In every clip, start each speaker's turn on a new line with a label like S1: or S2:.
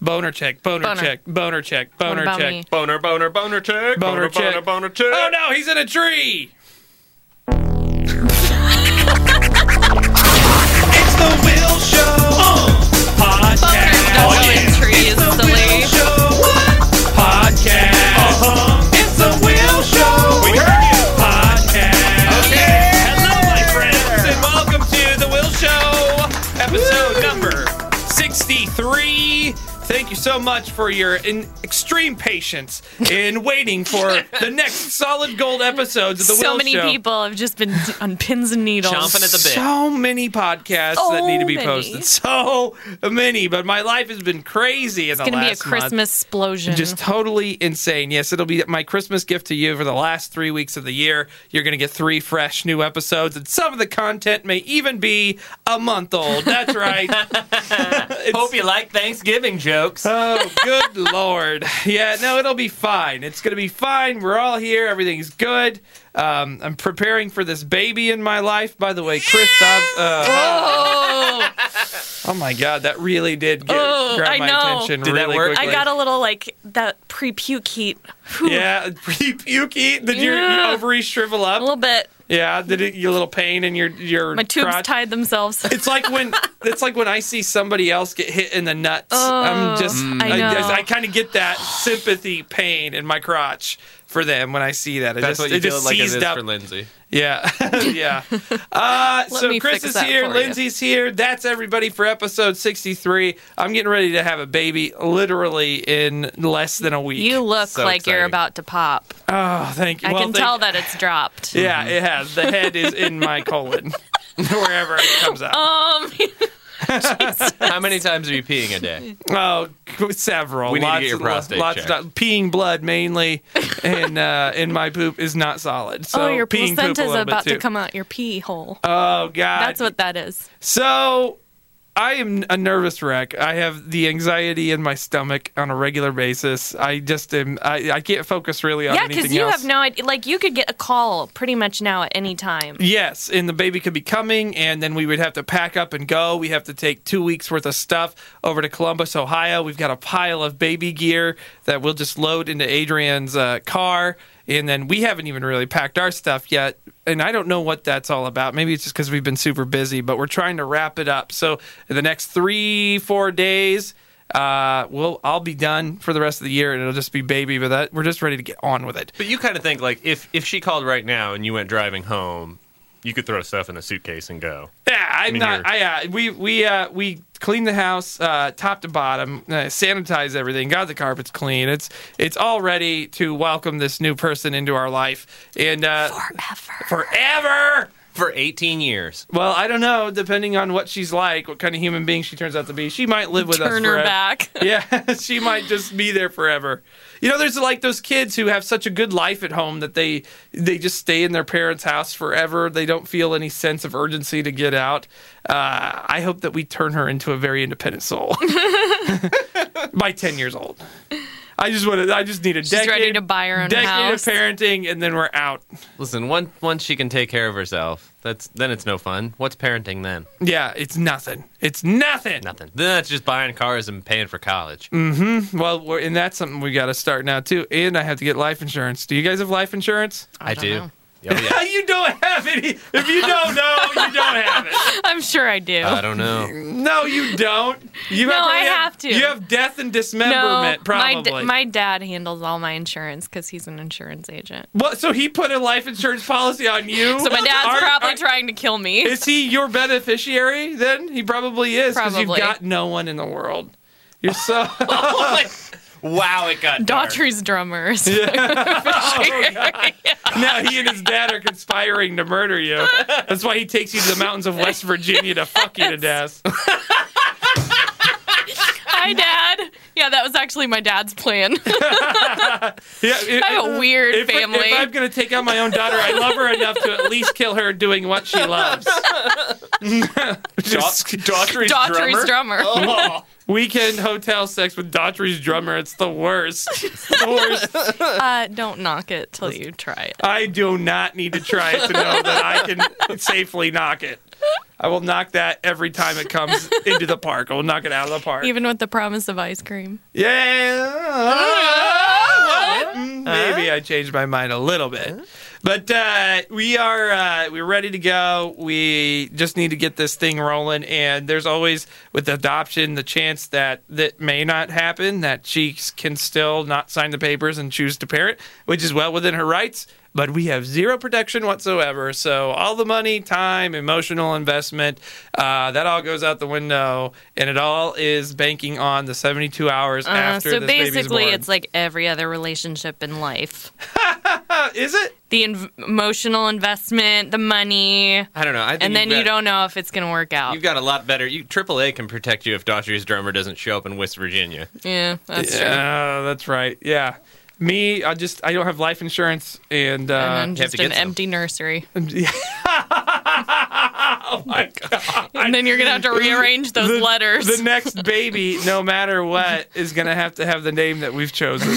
S1: Boner check, boner,
S2: Boner.
S1: check, boner check, boner
S2: about
S1: check.
S2: me?
S3: Boner, boner, boner check.
S1: Boner check.
S3: boner, boner check.
S1: Oh no, he's in a tree.
S4: It's the Will Show.
S1: Oh,
S2: Boner doesn't trees silly.
S4: Show.
S1: Podcast. Uh-huh.
S4: It's the Will Show.
S3: We heard you.
S1: Podcast.
S4: Okay.
S1: Hello, my friends, and welcome to the Will Show, episode number sixty-three. Thank you so much for your in- extreme patience in waiting for the next solid gold episodes of the
S2: So
S1: Will
S2: many
S1: Show.
S2: people have just been t- on pins and needles.
S5: Chomping at the bit.
S1: So many podcasts that
S2: So
S1: need to be
S2: many.
S1: posted. So many, but my life has been crazy in the
S2: It's gonna be a
S1: last month.
S2: Christmas explosion.
S1: Just totally insane. Yes, it'll be my Christmas gift to you for the last three weeks of the year. You're going to get three fresh new episodes, and some of the content may even be a month old. That's right. It's-
S5: Hope you like Thanksgiving jokes.
S1: Oh, good lord. Yeah, no, it'll be fine. It's going to be fine. We're all here. Everything's good. Um, I'm preparing for this baby in my life. By the way, Chris, uh,
S2: oh,
S1: oh my God, that really did get,
S2: Oh,
S1: grab
S2: I
S1: my
S2: know.
S1: attention
S5: Did that
S1: really
S5: work?
S2: I
S1: quickly.
S2: got a little like that pre-puke heat. Whew,
S1: Yeah, pretty pukey. Did your
S2: Yeah.
S1: ovaries shrivel up?
S2: A little bit.
S1: Yeah, did it, your little pain in your your
S2: My tubes
S1: crotch?
S2: tied themselves.
S1: It's like when it's like when I see somebody else get hit in the nuts. I'm just
S2: Mm. I
S1: I,
S2: know.
S1: kind of get that sympathy pain in my crotch for them when I see that. It
S5: That's
S1: just,
S5: what you
S1: it
S5: feel
S1: just
S5: like it
S1: seized
S5: is
S1: up.
S5: for Lindsay.
S1: yeah, yeah. Uh, so
S2: me
S1: Chris
S2: fix
S1: is
S2: that
S1: here,
S2: for you.
S1: Lindsay's here. That's everybody for episode 63. I'm getting ready to have a baby, literally in less than a week.
S2: You look
S5: So
S2: like you're
S5: exciting.
S2: about to pop.
S1: oh, thank you.
S2: I
S1: Well,
S2: can
S1: thank-
S2: tell that it's dropped.
S1: Yeah,
S5: Mm-hmm.
S1: it has. The head is in my colon, wherever it comes out.
S5: Uh,
S2: Um,
S5: How many times are you peeing a day?
S1: Oh, c- several.
S5: We need to
S1: lots
S5: get your
S1: of-
S5: prostate
S1: lots
S5: checked.
S1: Of, peeing blood mainly, and uh, in my poop is not solid. So
S2: oh, your
S1: peeing poop a
S2: placenta is
S1: little
S2: about
S1: bit too.
S2: to come out your pee hole.
S1: Oh God.
S2: That's what that is.
S1: So I am a nervous wreck. I have the anxiety in my stomach on a regular basis. I just am. I, I can't focus really on
S2: Yeah,
S1: anything
S2: because you
S1: else.
S2: have no idea. Like, you could get a call pretty much now at any time.
S1: Yes, and the baby could be coming, and then we would have to pack up and go. We have to take two weeks worth of stuff over to Columbus, Ohio. We've got a pile of baby gear that we'll just load into Adrian's uh, car, and then we haven't even really packed our stuff yet. And I don't know what that's all about. Maybe it's just because we've been super busy, but we're trying to wrap it up. So in the next three, four days. Uh, we'll I'll be done for the rest of the year, and it'll just be baby. But that we're just ready to get on with it.
S5: But you kind of think like if if she called right now and you went driving home, you could throw stuff in a suitcase and go.
S1: Yeah, I'm
S5: mean,
S1: not.
S5: you're-
S1: I, uh, we we uh, we clean the house uh, top to bottom, uh, sanitize everything, got the carpets clean. It's it's all ready to welcome this new person into our life and uh,
S2: Forever.
S1: forever.
S5: For 18 years.
S1: Well, I don't know. Depending on what she's like, what kind of human being she turns out to be, she might live with us
S2: Turn her
S1: forever.
S2: back.
S1: Yeah, she might just be there forever. You know, there's like those kids who have such a good life at home that they they just stay in their parents' house forever. They don't feel any sense of urgency to get out. Uh, I hope that we turn her into a very independent soul by ten years old. I just want to. I just need a
S2: She's
S1: decade,
S2: ready to buy her own
S1: decade
S2: house.
S1: of parenting, and then we're out.
S5: Listen, once once she can take care of herself, that's then it's no fun. What's parenting then?
S1: Yeah, it's nothing. It's nothing.
S5: Nothing. Then that's just buying cars and paying for college.
S2: Mm.
S1: Well, we're, and that's something we got to start now too. And I have to get life insurance. Do you guys have life insurance?
S5: I,
S2: don't
S5: do.
S2: know.
S5: Oh, yeah.
S1: you don't have any. If you don't know, you don't have it.
S2: I'm sure I
S1: Uh,
S2: do.
S5: I don't know.
S1: No, you don't. You
S2: No,
S1: probably
S2: I have to.
S1: You have death and
S2: no,
S1: dismemberment,
S2: my,
S1: probably.
S2: d- my dad handles all my insurance because he's an insurance agent.
S1: what, so he put a life insurance policy on you.
S2: So my dad's
S1: Are-
S2: probably
S1: are-
S2: trying to kill me.
S1: Is he your beneficiary? Then he probably is because you've
S2: Probably.
S1: got no one in the world. You're so.
S5: wow, it got dark.
S2: Daughtry's drummers.
S1: now he and his dad are conspiring to murder you. That's why he takes you to the mountains of West Virginia to fuck you to death.
S2: Hi, Dad. Yeah, that was actually my dad's plan.
S1: Yeah, if-
S2: I have a weird
S1: if, I-
S2: family.
S1: If I'm gonna take out my own daughter, I love her enough to at least kill her doing what she loves. Just
S5: Daughtry's,
S2: Daughtry's drummer.
S1: Oh. weekend hotel sex with Daughtry's drummer. It's the worst. It's the worst.
S2: Uh, don't knock it till you try it.
S1: I do not need to try it to know that I can safely knock it. I will knock that every time it comes into the park. I will knock it out of the park.
S2: Even with the promise of ice cream.
S1: Yeah. Maybe I changed my mind a little bit. But uh, we are uh, we're ready to go. We just need to get this thing rolling. And there's always with adoption the chance that that may not happen. That she can still not sign the papers and choose to parent, which is well within her rights. But we have zero protection whatsoever. So all the money, time, emotional investment, uh, that all goes out the window, and it all is banking on the 72 hours
S2: Uh,
S1: after
S2: so
S1: this baby's
S2: basically,
S1: born.
S2: it's like every other relationship in life
S1: Uh, is it?
S2: the inv- emotional investment, the money,
S5: I don't know. I think
S2: and then
S5: you've
S2: you
S5: got-
S2: don't know if it's going to work out.
S5: You've got a lot better. You AAA can protect you if Daughtry's drummer doesn't show up in West Virginia.
S2: yeah, that's true.
S1: Yeah, that's right. Yeah. Me, I just I don't have life insurance, and uh,
S2: and then
S5: you have to
S2: just an
S5: get some.
S2: empty nursery.
S1: oh my god,
S2: and then you're going to have to rearrange those
S1: the,
S2: letters.
S1: The next baby, no matter what, is gonna have to have the name that we've chosen.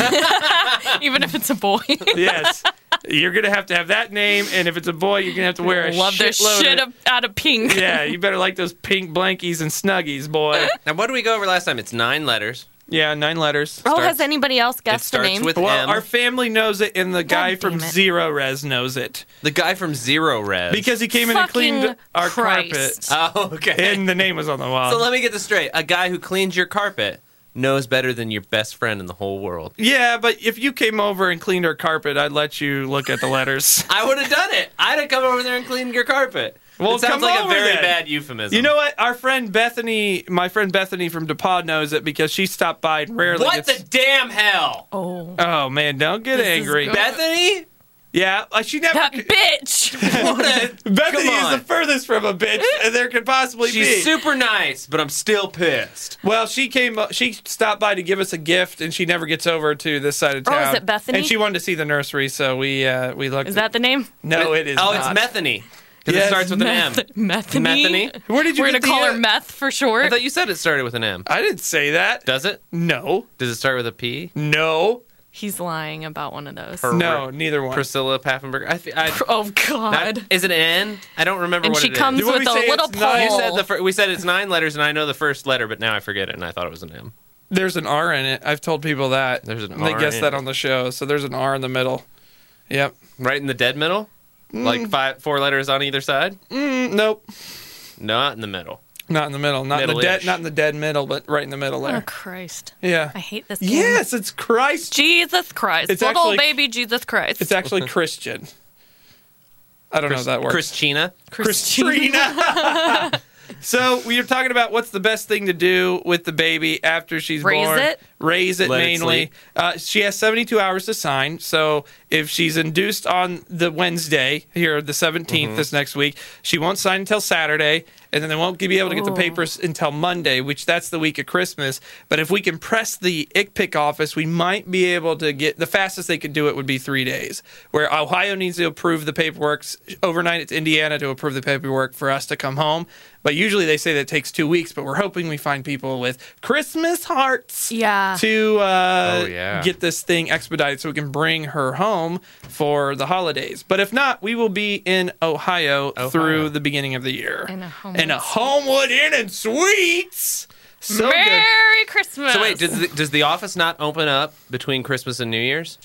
S2: even if it's a boy.
S1: yes, you're gonna have to have that name, and if it's a boy, you're gonna have to wear a
S2: Love the
S1: shitload
S2: shit
S1: of.
S2: up, out of pink.
S1: Yeah, you better like those pink blankies and snuggies, boy.
S5: Now, what did we go over last time? It's nine letters.
S1: Yeah, nine letters.
S2: Oh,
S5: starts-
S2: has anybody else
S5: It
S2: guessed the
S5: starts
S2: name?
S5: with
S1: Well,
S5: M.
S1: our family knows it, and the guy
S2: God damn
S1: from
S2: it.
S1: Zero Res knows it
S5: the guy from Zero Res.
S1: because he came in and cleaned
S2: Fucking
S1: our
S2: Christ.
S1: carpet,
S5: Oh, okay.
S1: and the name was on the wall.
S5: so let me get this straight. A guy who cleans your carpet knows better than your best friend in the whole world.
S1: Yeah, but if you came over and cleaned our carpet, I'd let you look at the letters.
S5: I would have done it. I'd have come over there and cleaned your carpet.
S1: Well,
S5: it
S1: come
S5: sounds like
S1: over
S5: a very
S1: then.
S5: bad euphemism.
S1: you know what? Our friend Bethany, my friend Bethany from DePaul knows it because she stopped by and rarely.
S5: what
S1: gets-
S5: the damn hell,
S2: oh,
S1: Oh man, don't get
S2: This is
S1: angry.
S2: good.
S5: Bethany?
S1: yeah, uh, she never.
S2: that bitch.
S5: What a-
S1: Bethany
S5: come
S1: is
S5: on.
S1: the furthest from a bitch there could possibly be.
S5: She's super nice, but I'm still pissed.
S1: well, she came. uh, She stopped by to give us a gift, and she never gets over to this side of
S2: Oh, is
S1: town.
S2: it Bethany?
S1: And she wanted to see the nursery, so we uh, we looked.
S2: Is that the name?
S1: no? It is.
S5: Oh,
S1: not.
S5: it's Methany. Because it
S1: Yes,
S5: starts with an M.
S2: Methany.
S5: Methany?
S1: Where did you?
S2: We're
S1: get
S2: gonna
S1: the,
S2: call
S1: uh,
S2: her Meth for short.
S5: I thought you said it started with an M.
S1: I didn't say that.
S5: Does it?
S1: No,
S5: Does it start with a P?
S1: no,
S2: He's lying about one of those.
S5: Her-
S1: no. Neither one.
S5: Priscilla Paffenberg. I, th- I
S2: oh God.
S5: that- is it an N? I don't remember
S2: and
S5: what
S2: she
S5: it is.
S2: comes
S1: Did we
S2: with a
S1: say
S2: little
S1: it's not-
S2: pole.
S1: You
S5: You said the fir- we said it's nine letters, and I know the first letter, but now I forget it, and I thought it was an M.
S1: There's an R in it. I've told people that.
S5: There's an
S1: and They
S5: R
S1: guessed
S5: in
S1: that
S5: it.
S1: on the show. So there's an R in the middle. Yep.
S5: Right in the dead middle, like five, four letters on either side.
S1: Mm, nope.
S5: Not in the middle.
S1: Not in the middle. Not in the dead.
S5: Middle-ish.
S1: Not in the dead middle, but right in the middle
S2: oh
S1: there.
S2: Christ.
S1: Yeah.
S2: I hate this. Game.
S1: Yes, it's Christ.
S2: Jesus Christ.
S1: It's
S2: little
S1: actually-
S2: baby Jesus Christ.
S1: It's actually Christian. I don't know if that works.
S5: Christina.
S1: Christina. so we were talking about what's the best thing to do with the baby after she's
S2: Raise
S1: born.
S2: it?
S1: Raise it
S5: Let it
S1: mainly.
S5: sleep.
S1: uh, she has 72 hours to sign. So if she's induced on the Wednesday here, the 17th, this next week, she won't sign until Saturday, and then they won't be able to get the
S2: Ooh.
S1: papers until Monday, which that's the week of Christmas. But if we can press the ICPIC office, we might be able to get the fastest they could do it would be three days, where Ohio needs to approve the paperwork s- overnight. It's Indiana to approve the paperwork for us to come home. But usually they say that takes two weeks, but we're hoping we find people with Christmas hearts
S2: Yeah.
S1: to uh,
S5: Oh, yeah.
S1: get this thing expedited so we can bring her home for the holidays. But if not, we will be in Ohio, through the beginning of the year.
S2: In a Homewood
S1: in a Homewood Inn and Suites. So good.
S2: Merry Christmas.
S5: So wait, does the, does the office not open up between Christmas and New Year's?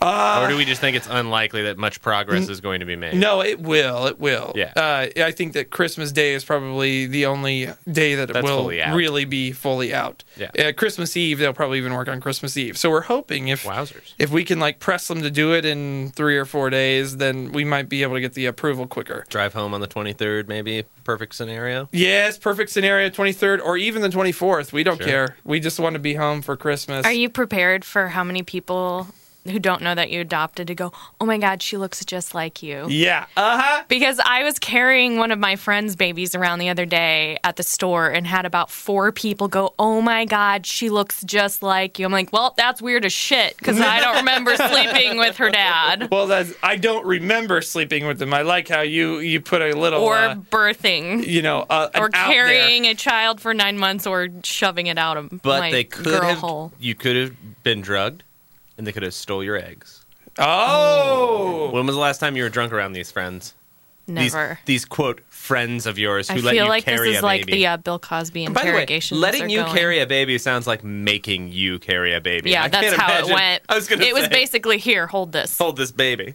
S5: or do we just think it's unlikely that much progress is going to be made?
S1: Uh, No, it will. It will.
S5: Yeah.
S1: Uh, I think that Christmas Day is probably the only day that it
S5: That's
S1: will
S5: fully out.
S1: really be fully out.
S5: Yeah.
S1: Uh, Christmas Eve, they'll probably even work on Christmas Eve. So we're hoping if
S5: Wowzers.
S1: if we can like press them to do it in three or four days, then we might be able to get the approval quicker.
S5: Drive home on the 23rd, maybe. Perfect scenario.
S1: Yes, perfect scenario, 23rd or even the 24th. We don't
S5: Sure.
S1: care. We just want to be home for Christmas.
S2: Are you prepared for how many people who don't know that you adopted to go, oh my God, she looks just like you?
S1: Yeah. Uh huh.
S2: Because I was carrying one of my friend's babies around the other day at the store and had about four people go, Oh my God, she looks just like you. I'm like, Well, that's weird as shit because I don't remember sleeping with her dad
S1: Well, that's, I don't remember sleeping with them. I like how you you put a little
S2: or
S1: uh,
S2: birthing
S1: you know uh, an
S2: or
S1: out there.
S2: carrying a child for nine months or shoving it out of
S5: But
S2: my
S5: they could
S2: girl
S5: have.
S2: hole.
S5: You could have been drugged, and they could have stole your eggs.
S1: Oh.
S5: When was the last time you were drunk around these friends? These,
S2: Never.
S5: these quote friends of yours who
S2: I
S5: let
S2: feel
S5: you
S2: like this
S5: carry
S2: is
S5: a
S2: like
S5: baby.
S2: the uh, Bill Cosby
S5: By the way,
S2: interrogation.
S5: letting you carry a baby sounds like making you carry a baby.
S2: Yeah,
S5: I
S2: that's
S5: can't
S2: how
S5: imagine-
S2: it went.
S5: I was gonna
S2: it was
S5: say,
S2: basically here. Hold this.
S5: hold this baby.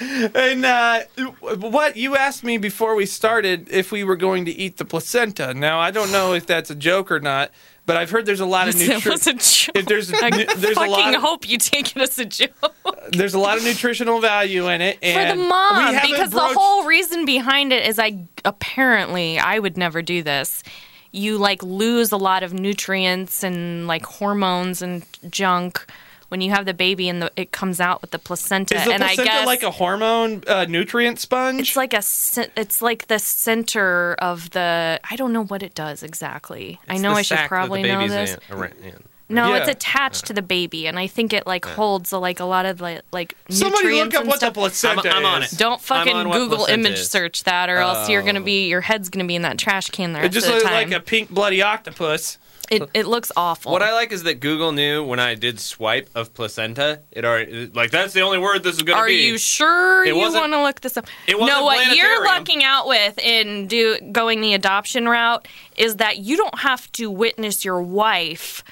S1: And uh, what you asked me before we started if we were going to eat the placenta. Now I don't know if that's a joke or not, but I've heard there's a lot of
S2: It was a
S1: nutrition.
S2: joke.
S1: If there's
S2: I
S1: nu- there's a
S2: fucking
S1: lot of,
S2: hope you take it as a joke.
S1: there's a lot of nutritional value in it,
S2: for
S1: and
S2: the mom
S1: we haven't
S2: because
S1: broached-
S2: the whole reason behind it is I apparently I would never do this. You like lose a lot of nutrients and like hormones and junk when you have the baby and the, it comes out with the placenta.
S1: is the
S2: and
S1: placenta
S2: I guess
S1: like a hormone uh, nutrient sponge.
S2: it's like a ce- it's like the center of the I don't know what it does exactly. I
S5: It's
S2: know
S5: the
S2: I should
S5: sack that
S2: probably
S5: the
S2: know
S5: baby's
S2: this.
S5: in- around- in.
S2: No, it's
S1: Yeah.
S2: attached to the baby, and I think it like holds a, like a lot of like like
S1: Somebody look
S2: nutrients
S1: up
S2: and
S1: what
S2: stuff.
S1: the placenta
S5: I'm- I'm on
S1: is.
S5: it.
S2: Don't
S5: I'm
S2: fucking
S5: on what
S2: Google
S5: placenta
S2: image
S5: is.
S2: search that, or else you're gonna be your head's gonna be in that trash can the rest
S1: Oh. It just
S2: of the
S1: looks
S2: time.
S1: like a pink bloody octopus.
S2: it, it looks awful.
S5: What I like is that Google knew when I did swipe of placenta, it already like that's the only word this is gonna
S2: Are
S5: be.
S2: you sure
S5: It
S2: you
S5: wasn't-
S2: want to look this up?
S5: it wasn't
S2: no, what you're
S5: planetarium.
S2: lucking out with in do going the adoption route is that you don't have to witness your wife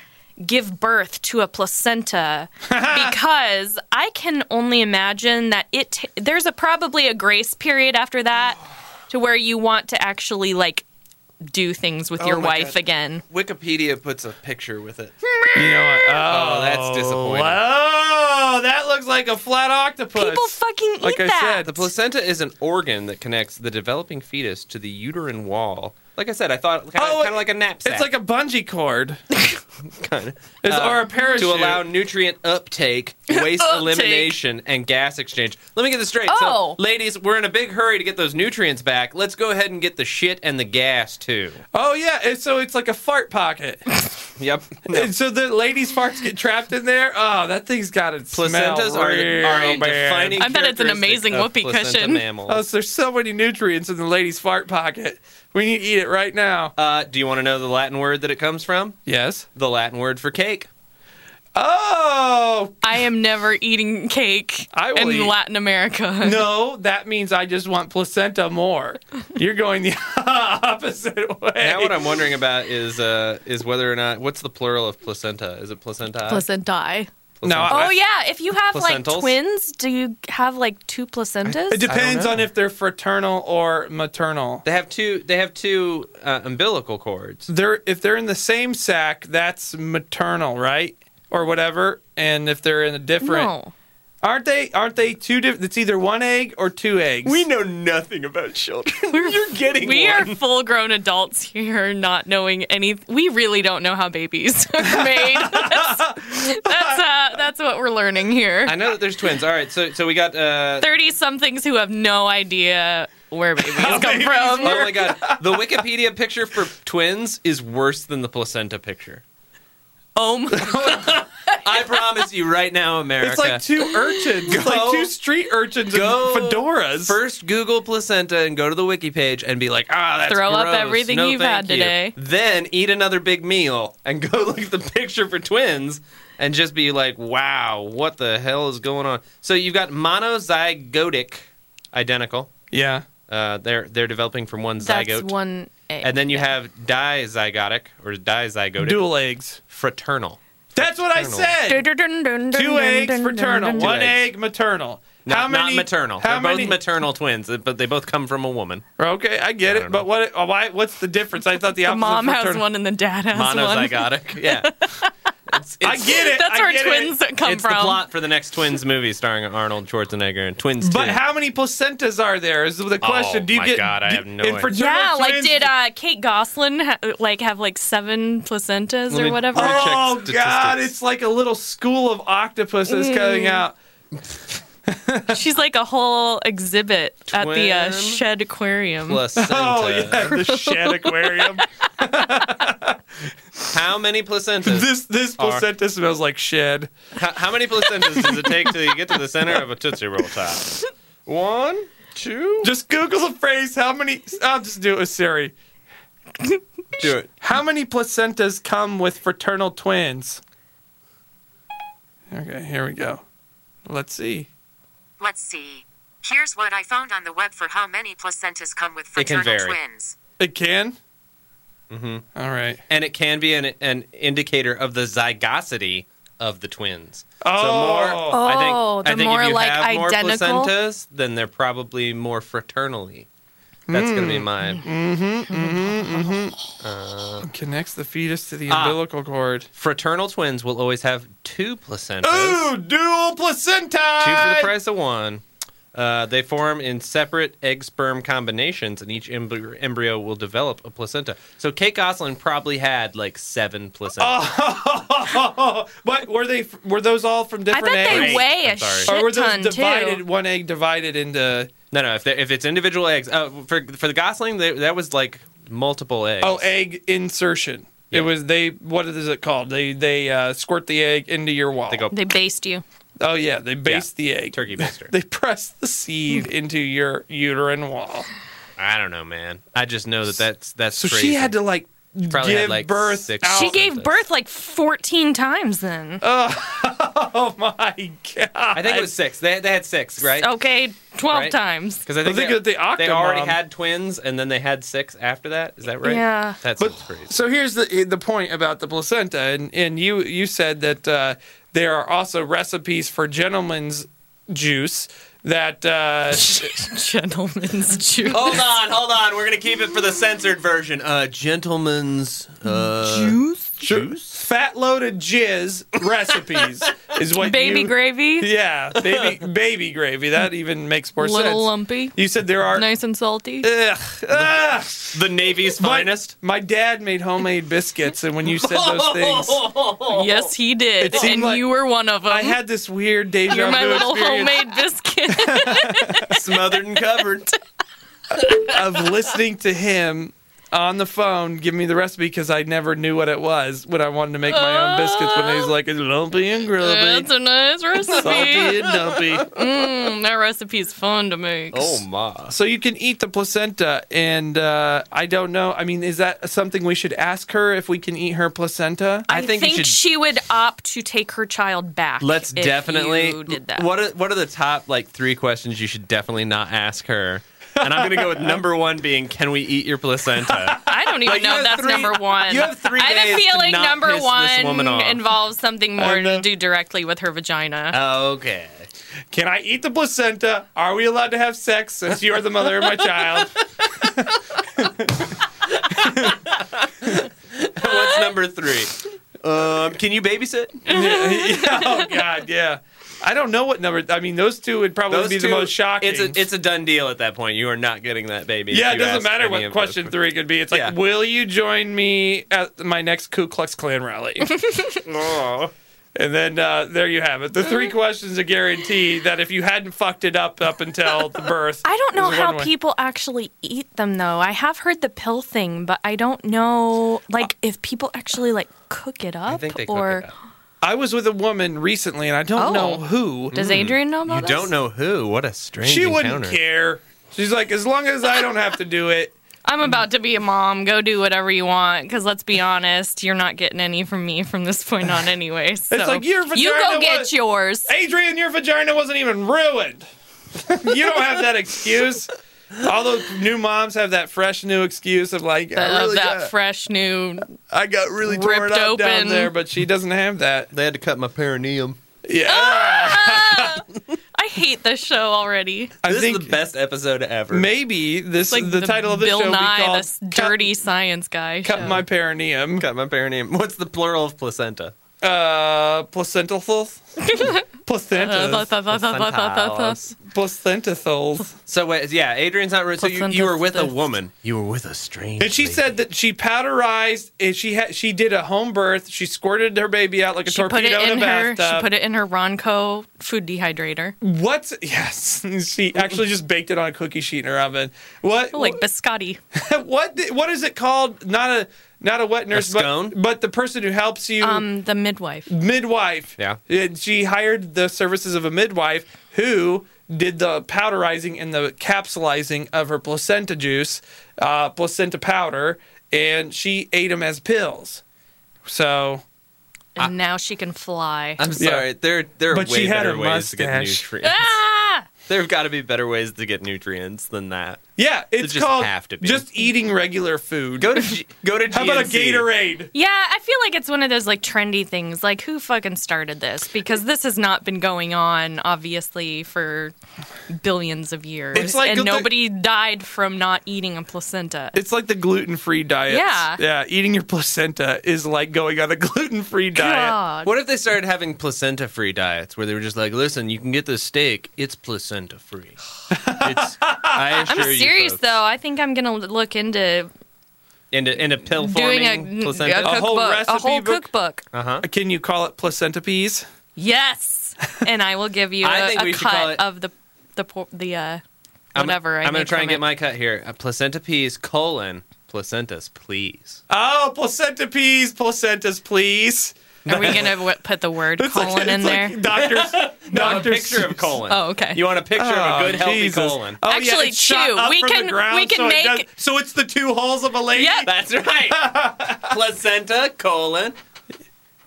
S2: give birth to a placenta because I can only imagine that it t- there's a probably a grace period after that to where you want to actually like do things with
S3: Oh
S2: your
S3: my
S2: wife
S3: God.
S2: again.
S3: Wikipedia puts a picture with it.
S5: You know what?
S3: Oh, that's disappointing.
S1: Oh, that looks like a flat octopus.
S2: People fucking eat
S5: like I
S2: that.
S5: said, the placenta is an organ that connects the developing fetus to the uterine wall. Like I said, I thought kind of,
S1: Oh,
S5: kind of like a knapsack.
S1: it's like a bungee cord.
S5: kind of,
S1: It's, or a parachute.
S5: to allow nutrient uptake, waste
S2: Uptake.
S5: elimination, and gas exchange. Let me get this straight.
S2: Oh.
S5: So, ladies, we're in a big hurry to get those nutrients back. Let's go ahead and get the shit and the gas too.
S1: Oh yeah, and so it's like a fart pocket.
S5: Yep.
S1: And so the ladies' farts get trapped in there. Oh, that thing's got its
S5: Placentas
S1: smell
S5: are,
S1: real
S5: are a
S1: bad.
S5: defining.
S2: I bet it's an
S5: characteristic
S2: amazing
S5: of
S2: whoopee
S5: placenta
S2: cushion.
S5: mammals.
S1: Oh, so there's so many nutrients in the ladies' fart pocket. We need to eat it right now.
S5: Uh, do you want to know the Latin word that it comes from?
S1: yes.
S5: The Latin word for cake.
S1: Oh
S2: I am never eating cake
S1: I will
S2: in
S1: eat-
S2: Latin America.
S1: no, that means I just want placenta more. You're going the opposite way.
S5: Now, what I'm wondering about is uh, is whether or not what's the plural of placenta? Is it placenta?
S2: placentae.
S1: No, I-
S2: Oh yeah, if you have like
S5: Placentals?
S2: twins, do you have like two placentas?
S1: It depends
S5: know.
S1: on if they're fraternal or maternal.
S5: They have two. They have two uh, umbilical cords.
S1: They're if they're in the same sac, that's maternal, right? Or whatever. And if they're in a different
S2: no.
S1: Aren't they? Aren't they two different? It's either one egg or two eggs.
S3: know nothing about children.
S2: You're
S3: getting
S2: We are full grown adults here, not knowing any. We really don't know how babies are made. that's that's, uh, that's what we're learning here.
S5: I know that there's twins. All right, so so we got. Uh,
S2: 30 somethings who have no idea where babies come from.
S5: oh my god, the Wikipedia picture for twins is worse than the placenta picture.
S2: Oh my
S5: I promise you right now, America.
S1: It's like two urchins, It's like
S5: Go-
S1: two street urchins in
S5: go
S1: fedoras.
S5: First, Google placenta and go to the wiki page and be like, ah, that's
S2: Throw up
S5: gross.
S2: everything
S5: No,
S2: you've had
S5: thank
S2: today.
S5: You. Then eat another big meal and go look at the picture for twins and just be like, wow, what the hell is going on? So you've got monozygotic, identical.
S1: yeah.
S5: Uh, they're they're developing from one
S2: That's
S5: zygote,
S2: one egg.
S5: and then you have dizygotic or dizygotic
S1: Dual eggs.
S5: fraternal.
S1: That's what I
S5: Fraternal.
S1: said. Two eggs fraternal,
S5: dun.
S1: one
S5: Two eggs.
S1: egg maternal.
S5: Not,
S1: how many
S5: not maternal.
S1: How
S5: They're
S1: many?
S5: both maternal twins, but they both come from a woman.
S1: okay, I get
S5: I
S1: it.
S5: don't know.
S1: But what? oh, Why? What's the difference? I thought the,
S2: The
S1: opposite.
S2: mom
S1: of
S2: has
S1: fraternal-
S2: one and the dad has one.
S5: Monozygotic. yeah. It's,
S1: I get it. I
S2: That's where
S1: get it.
S2: twins come
S5: it's
S2: from.
S5: the plot for the next Twins movie starring Arnold Schwarzenegger and Twins.
S1: But
S5: 2.
S1: how many placentas are there? Is the question. do you
S5: Oh my
S1: get?
S5: God, I
S1: do-
S5: have no
S1: in
S5: idea.
S1: fraternal
S2: Yeah, like
S1: twins-
S2: did uh, Kate Goslin ha- like have like seven placentas
S5: Let
S2: or
S5: me-
S2: whatever?
S5: let me check
S1: Oh God!
S5: statistics.
S1: It's like a little school of octopuses coming out.
S2: She's like a whole exhibit at the uh,
S5: Twin
S2: Shed Aquarium.
S5: placenta?
S1: Oh yeah, the shed aquarium.
S5: How many placentas?
S1: this this
S5: Are-
S1: placenta smells like shed.
S5: how, how many placentas does it take to get to the center of a tootsie roll top? One, two.
S1: Just Google the phrase. How many? I'll just do it with Siri.
S5: Do it.
S1: How many placentas come with fraternal twins? Okay, here we go. Let's see.
S6: Let's see. Here's what I found on the web for how many placentas come with
S5: It can
S6: fraternal
S5: vary.
S6: twins.
S1: It can. Mm-hmm. All right.
S5: and it can be an, an indicator of the zygosity of the twins.
S1: Oh.
S2: Oh,
S5: I
S2: they're
S5: think
S2: more
S5: if you
S2: like
S5: have
S2: identical?
S5: more placentas, then they're probably more fraternally. That's gonna
S1: Hmm.
S5: be my
S1: Connects the fetus to the
S5: Ah.
S1: umbilical cord.
S5: fraternal twins will always have two placentas.
S1: Ooh, dual placenta.
S5: Two for the price of one. Uh, they form in separate egg sperm combinations, and each embry- embryo will develop a placenta. So Kate Gosselin probably had like seven placentas.
S1: Oh. But were they? Were those all from
S2: I
S1: different
S2: bet
S1: eggs?
S2: they weigh
S5: I'm
S2: a
S5: sorry.
S2: shit
S1: or were those
S2: ton
S1: divided?
S2: too.
S1: One egg divided into
S5: No, no. If they- if it's individual eggs, uh, for for the Gosling, they, that was like multiple eggs.
S1: oh egg insertion.
S5: Yeah.
S1: It was they. What is it called? They they uh, squirt the egg into your wall.
S5: They go-
S2: They based you.
S1: oh yeah, they baste the egg.
S5: turkey baster.
S1: They press the
S2: Hmm.
S1: seed into your uterine wall.
S5: I don't know, man. I just know that that's that's.
S1: So
S5: crazy.
S1: she had to like
S5: Probably had,
S1: give
S5: like,
S1: birth.
S5: six-
S1: out-
S2: She
S5: Thousands
S2: gave
S5: of-
S2: birth like 14 times then.
S1: Oh my god!
S5: I think it was six. They they had six, right?
S2: Okay, 12
S5: Right.
S2: times.
S5: Because I think,
S1: think
S5: they,
S1: of the
S5: they already
S1: Octomom.
S5: had twins, and then they had six after that. Is that right?
S2: Yeah.
S5: That
S1: But-
S5: seems crazy.
S1: So here's the eh, the point about the placenta, and and you you said that uh, there are also recipes for gentleman's juice that uh,
S2: Gentleman's juice.
S5: Hold on, hold on. We're gonna keep it for the censored version. Uh, gentleman's
S2: Oh.
S5: uh,
S2: Juice?
S5: juice.
S1: fat loaded jizz recipes is what
S2: Baby
S1: you-
S2: gravy?
S1: Yeah, baby baby gravy. That even makes more
S2: Little
S1: sense.
S2: lumpy.
S1: You said there are.
S2: Nice and salty.
S1: Ugh, ugh.
S5: The Navy's
S1: My-
S5: finest.
S1: My, dad made homemade biscuits, and when you said those things,
S2: Yes, he did.
S1: It seemed
S2: And
S1: like-
S2: you were one of them.
S1: I had this weird deja
S2: You're
S1: vu
S2: my little
S1: experience.
S2: homemade biscuit.
S5: smothered and covered.
S1: of listening to him on the phone give me the recipe because I never knew what it was when I wanted to make my own biscuits when he was like, it's lumpy and
S2: That's
S1: grubby,
S2: a nice
S1: salty
S2: recipe.
S1: and dumpy.
S2: Mm, that recipe's fun to make.
S5: Oh my.
S1: So you can eat the placenta, and uh, I don't know. I mean, is that something we should ask her if we can eat her placenta?
S2: I,
S5: think
S2: think,
S5: you should-
S2: she would opt to take her child back.
S5: Let's
S2: if
S5: definitely.
S2: you did that.
S5: What are what are the top like three questions you should definitely not ask her? And I'm gonna go with number one being, can we eat your placenta?
S2: I don't even
S5: Like, you
S2: know
S5: have
S2: if that's
S5: three-
S2: number one.
S5: you have three
S2: I have
S5: days
S2: a
S5: to
S2: feeling
S5: not
S2: number
S5: piss this
S2: one
S5: woman off. Uh,
S2: involves something more
S1: know.
S2: to do directly with her vagina.
S5: okay.
S1: Can I eat the placenta? Are we allowed to have sex since you are the mother of my child?
S5: What's number three? Um, can you babysit?
S1: Yeah, yeah, oh God, yeah. I don't know what number. I mean, those two would probably be the most shocking.
S5: It's a it's a done deal at that point. You are not getting that baby. if
S1: Yeah, it
S5: you
S1: doesn't
S5: ask
S1: matter
S5: any
S1: what
S5: of
S1: question
S5: those.
S1: three could be. It's like,
S5: Yeah.
S1: will you join me at my next Ku Klux Klan rally?
S5: Oh.
S1: and then uh, there you have it. The three questions are guaranteed that if you hadn't fucked it up up until the birth,
S2: I don't know
S1: There's one
S2: how
S1: way.
S2: people actually eat them though. I have heard the pill thing, but I don't know like if people actually like cook it up
S5: I think they cook
S2: or
S5: it up.
S1: I was with a woman recently, and I don't
S2: Oh.
S1: know who.
S2: does Adrian know about
S5: Mm. You
S2: this?
S5: don't know who. What a strange.
S1: she
S5: encounter.
S1: wouldn't care. She's like, as long as I don't have to do it.
S2: I'm
S1: Mm-hmm.
S2: about to be a mom. Go do whatever you want. Because let's be honest, you're not getting any from me from this point on, anyway. So
S1: like your
S2: you
S1: vagina
S2: go get
S1: was-
S2: yours.
S1: Adrian, your vagina wasn't even ruined. you don't have that excuse. All those new moms have that fresh new excuse of like, I
S2: of
S1: really
S2: that
S1: got-
S2: fresh new.
S1: I got really torn
S2: Ripped
S1: up down
S2: open.
S1: there, but she doesn't have that.
S5: They had to cut my perineum.
S1: Yeah,
S2: Ah! I hate this show already.
S1: I
S5: this
S1: think
S5: is the best episode ever.
S1: maybe this
S2: Like
S1: the, title of the
S2: Bill
S1: show would be
S2: Nye,
S1: called
S2: this dirty science guy.
S1: "Cut,
S2: show.
S1: Cut My Perineum."
S5: cut my perineum. What's the plural of placenta?
S1: Uh, placentathals, placentas, placentathals.
S5: So wait, yeah, Adrian's not rude. So you, you were with a woman. You were with a stranger.
S1: And she said that she powderized. And she had she did a home birth. She squirted her baby out like a
S2: She put
S1: torpedo
S2: it in
S1: a
S2: her.
S1: bathtub.
S2: She put it in her Ronco food dehydrator,
S1: What? Yes, she actually just baked it on a cookie sheet in her oven. What?
S2: Oh, like biscotti.
S1: what? What is it called? Not a not a wet nurse,
S5: scone?
S1: but but the person who helps you.
S2: Um, the midwife.
S1: midwife.
S5: Yeah.
S1: And she hired the services of a midwife who did the powderizing and the capsulizing of her placenta juice, uh, placenta powder, and she ate them as pills. So
S2: And now she can fly.
S5: "I'm
S1: Yeah.
S5: sorry. There, there are
S1: But
S5: way
S1: she had
S5: better
S1: a
S5: ways to get
S1: mustache.
S5: nutrients.
S2: ah!
S5: There've got to be better ways to get nutrients than that.
S1: Yeah, it's
S5: just
S1: called
S5: have to be.
S1: just eating regular food.
S5: Go to G- go to
S1: How about a
S5: GNC.
S1: Gatorade?
S2: Yeah, I feel like it's one of those like trendy things. Like, who fucking started this? Because this has not been going on, obviously, for billions of years.
S1: It's like
S2: and
S1: the-
S2: nobody died from not eating a placenta.
S1: It's like the gluten free diet.
S2: Yeah.
S1: yeah. Eating your placenta is like going on a gluten free diet.
S2: God.
S5: What if they started having placenta free diets where they were just like, listen, you can get this steak, it's placenta free. It's, I
S2: I'm
S5: assure you
S2: serious,
S5: folks.
S2: though. I think I'm going to look into
S5: And a, and a pill
S2: doing
S5: forming
S2: a,
S5: placenta.
S2: a
S1: A whole
S2: cookbook. A
S1: recipe
S2: whole
S1: book?
S2: cookbook.
S5: uh-huh.
S1: Can you call it placenta peas?
S2: Yes. and I will give you
S5: I
S2: a
S5: think
S2: a
S5: we should call
S2: cut
S5: it-
S2: of the, the, por- the uh,
S5: I'm-
S2: whatever.
S5: I'm,
S2: going to
S5: try and get my cut here. A placenta peas colon placentas, please.
S1: Oh, placenta peas, placentas, please.
S2: Are we going to w- put the word
S1: It's like-
S2: colon in
S1: it's
S2: there?
S1: like doctors,
S5: A
S1: doctors.
S5: picture of colon.
S2: Oh, okay.
S5: You want a picture of a good, healthy
S1: Oh, Jesus.
S5: colon.
S1: Oh, yeah,
S2: Actually,
S1: it's shot
S2: chew.
S1: up
S2: We
S1: from the
S2: can- we
S1: ground,
S2: can
S1: so it
S2: make-
S1: does- so it's the two holes of a lady.
S2: Yep.
S5: That's right. placenta colon.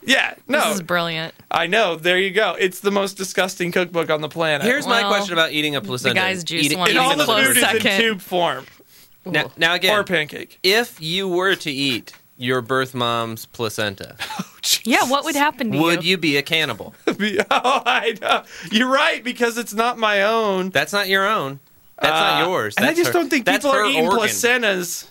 S1: Yeah.
S2: This
S1: No,
S2: is brilliant.
S1: I know. There you go. It's the most disgusting cookbook on the planet.
S5: Here's my
S2: Well,
S5: question about eating a placenta.
S2: guy's juice
S5: Eat-
S2: one
S1: and
S5: eating
S1: all
S2: Even
S1: the
S5: a
S2: close
S1: food is
S5: placenta.
S1: in
S2: second.
S1: tube form
S5: Now, now again,
S1: or pancake.
S5: if you were to eat your birth mom's placenta,
S2: Yeah, what would happen to
S5: would you be a cannibal?
S1: oh, I know. You're right because it's not my own.
S5: That's not your own. That's
S1: Uh,
S5: not yours.
S1: And I
S5: That's
S1: just
S5: her-
S1: don't think
S5: that's
S1: people are
S5: her
S1: eating
S5: organ.
S1: placentas.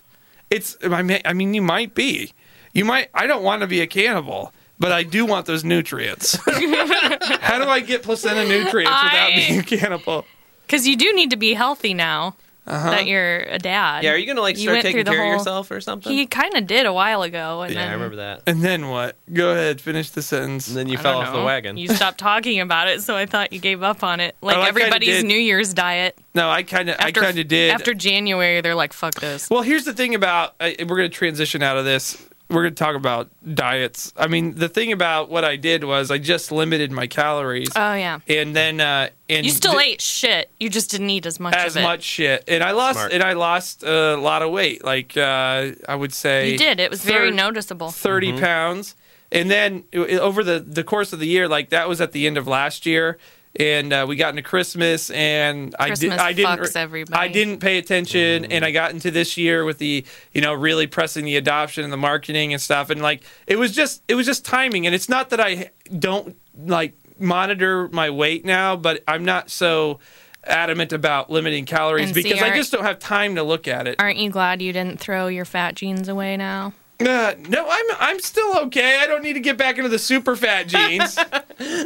S1: It's I mean, I mean you might be. You might I don't want to be a cannibal, but I do want those nutrients. How do I get placenta nutrients without
S2: I-
S1: being a cannibal?
S2: Because you do need to be healthy now that you're a dad.
S5: Yeah, are you gonna like
S2: You
S5: start
S2: went through
S5: taking
S2: the
S5: care
S2: whole-
S5: of yourself or something?
S2: He kind of did a while ago. And
S5: yeah,
S2: then,
S5: I remember that.
S1: And then what? Go ahead, finish the sentence.
S5: And then you
S2: I
S5: fell
S2: don't
S5: off the
S2: know.
S5: wagon.
S2: You stopped talking about it, so I thought you gave up on it. Like
S1: Oh, I kinda
S2: everybody's
S1: did.
S2: New Year's diet.
S1: No, I kind of I
S2: After,
S1: kind of did.
S2: After January, they're like, fuck this.
S1: Well, here's the thing about I, we're going to transition out of this. We're going to talk about diets. I mean, the thing about what I did was I just limited my calories,
S2: Oh, yeah.
S1: and then uh, and
S2: You still
S1: th-
S2: ate shit. You just didn't eat as much
S1: as
S2: of it.
S1: much shit, and I lost
S5: Smart.
S1: and I lost a lot of weight. Like uh, I would say,
S2: You did. It was very
S1: third-
S2: noticeable.
S1: 30 pounds. And then i- i- over the, the course of the year, like that was at the end of last year. And uh, we got into Christmas, and I did.
S2: Christmas
S1: I didn't.
S2: fucks everybody.
S1: I didn't pay attention, and I got into this year with the, you know, really pressing the adoption and the marketing and stuff, and like it was just, it was just timing. And it's not that I don't like monitor my weight now, but I'm not so adamant about limiting calories
S2: And see,
S1: because I
S2: aren't-
S1: just don't have time to look at it.
S2: Aren't you glad you didn't throw your fat jeans away now?
S1: Uh, no, I'm I'm still okay. I don't need to get back into the super fat jeans.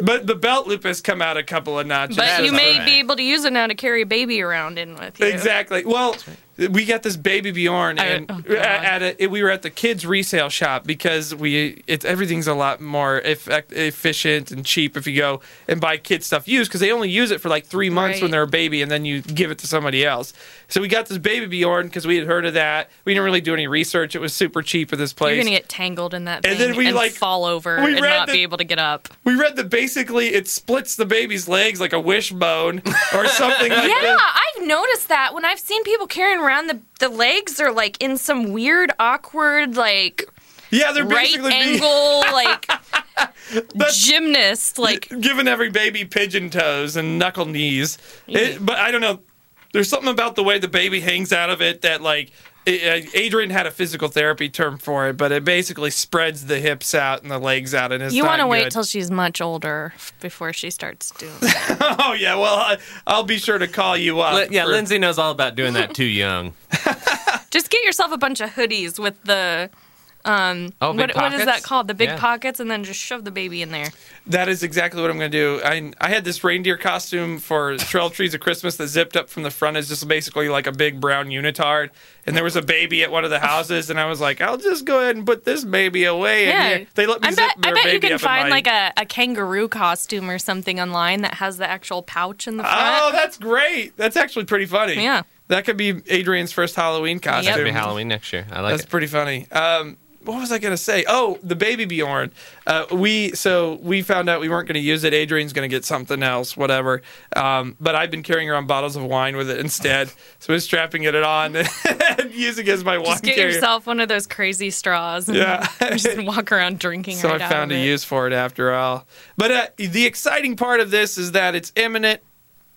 S1: but the belt loop has come out a couple of notches.
S2: But
S5: That
S2: you
S5: is
S2: may
S5: alright.
S2: be able to use it now to carry a baby around in with you.
S1: exactly. Well, we got this baby Bjorn,
S2: I-
S1: and
S2: oh, God.
S1: at a, we were at the kids resale shop because we it's everything's a lot more effect, efficient and cheap if you go and buy kids stuff used because they only use it for like three months when
S2: Right.
S1: they're a baby, and then you give it to somebody else. So we got this baby Bjorn because we had heard of that. We didn't really do any research. It was super cheap at this place.
S2: You're gonna get tangled in that thing
S1: And
S2: and,
S1: then we, like-
S2: fall over
S1: we
S2: and
S1: read
S2: not
S1: the-
S2: be able to get up.
S1: We read that basically it splits the baby's legs like a wishbone or something like
S2: Yeah,
S1: that.
S2: I've noticed that when I've seen people carrying around the the legs are like in some weird, awkward, like
S1: Yeah, they're
S2: right
S1: basically being-
S2: angle, like
S1: That's-
S2: gymnast, like
S1: giving every baby pigeon toes and knuckle knees. It, but I don't know. There's something about the way the baby hangs out of it that like it, uh, Adrian had a physical therapy term for it, but it basically spreads the hips out and the legs out, and it's
S2: you
S1: want to
S2: wait till she's much older f- before she starts doing. That.
S1: oh yeah, well I, I'll be sure to call you up.
S5: Lin- yeah,
S1: for-
S5: Lindsay knows all about doing that too young.
S2: Just get yourself a bunch of hoodies with the. Um,
S5: Oh,
S2: what,
S5: big
S2: what is that
S5: pockets?
S2: called? The big
S5: Yeah.
S2: pockets, and then just shove the baby in there.
S1: That is exactly what I'm going to do. I, I had this reindeer costume for 12 Trees of Christmas that zipped up from the front is just basically like a big brown unitard. And there was a baby at one of the houses, and I was like, I'll just go ahead and put this baby away.
S2: Yeah,
S1: in here. They let me
S2: I
S1: zip
S2: bet,
S1: their
S2: I bet
S1: baby
S2: you can
S1: up
S2: find
S1: in my...
S2: like a, a kangaroo costume or something online that has the actual pouch in the front.
S1: Oh, that's great. That's actually pretty funny.
S2: Yeah.
S1: That could be Adrian's first Halloween costume.
S5: That'd be Halloween next year. I like
S1: That's
S5: it.
S1: pretty funny. Um, what was I going to say? Oh, the baby Bjorn. Uh, we so we found out we weren't going to use it. Adrian's going to get something else, whatever. Um, but I've been carrying around bottles of wine with it instead. So I was strapping it on and using it as my wine
S2: just get
S1: carrier.
S2: yourself one of those crazy straws. And
S1: Yeah.
S2: just walk around drinking.
S1: so I
S2: right out
S1: found
S2: of
S1: a
S2: it.
S1: use for it after all. But uh, the exciting part of this is that it's imminent.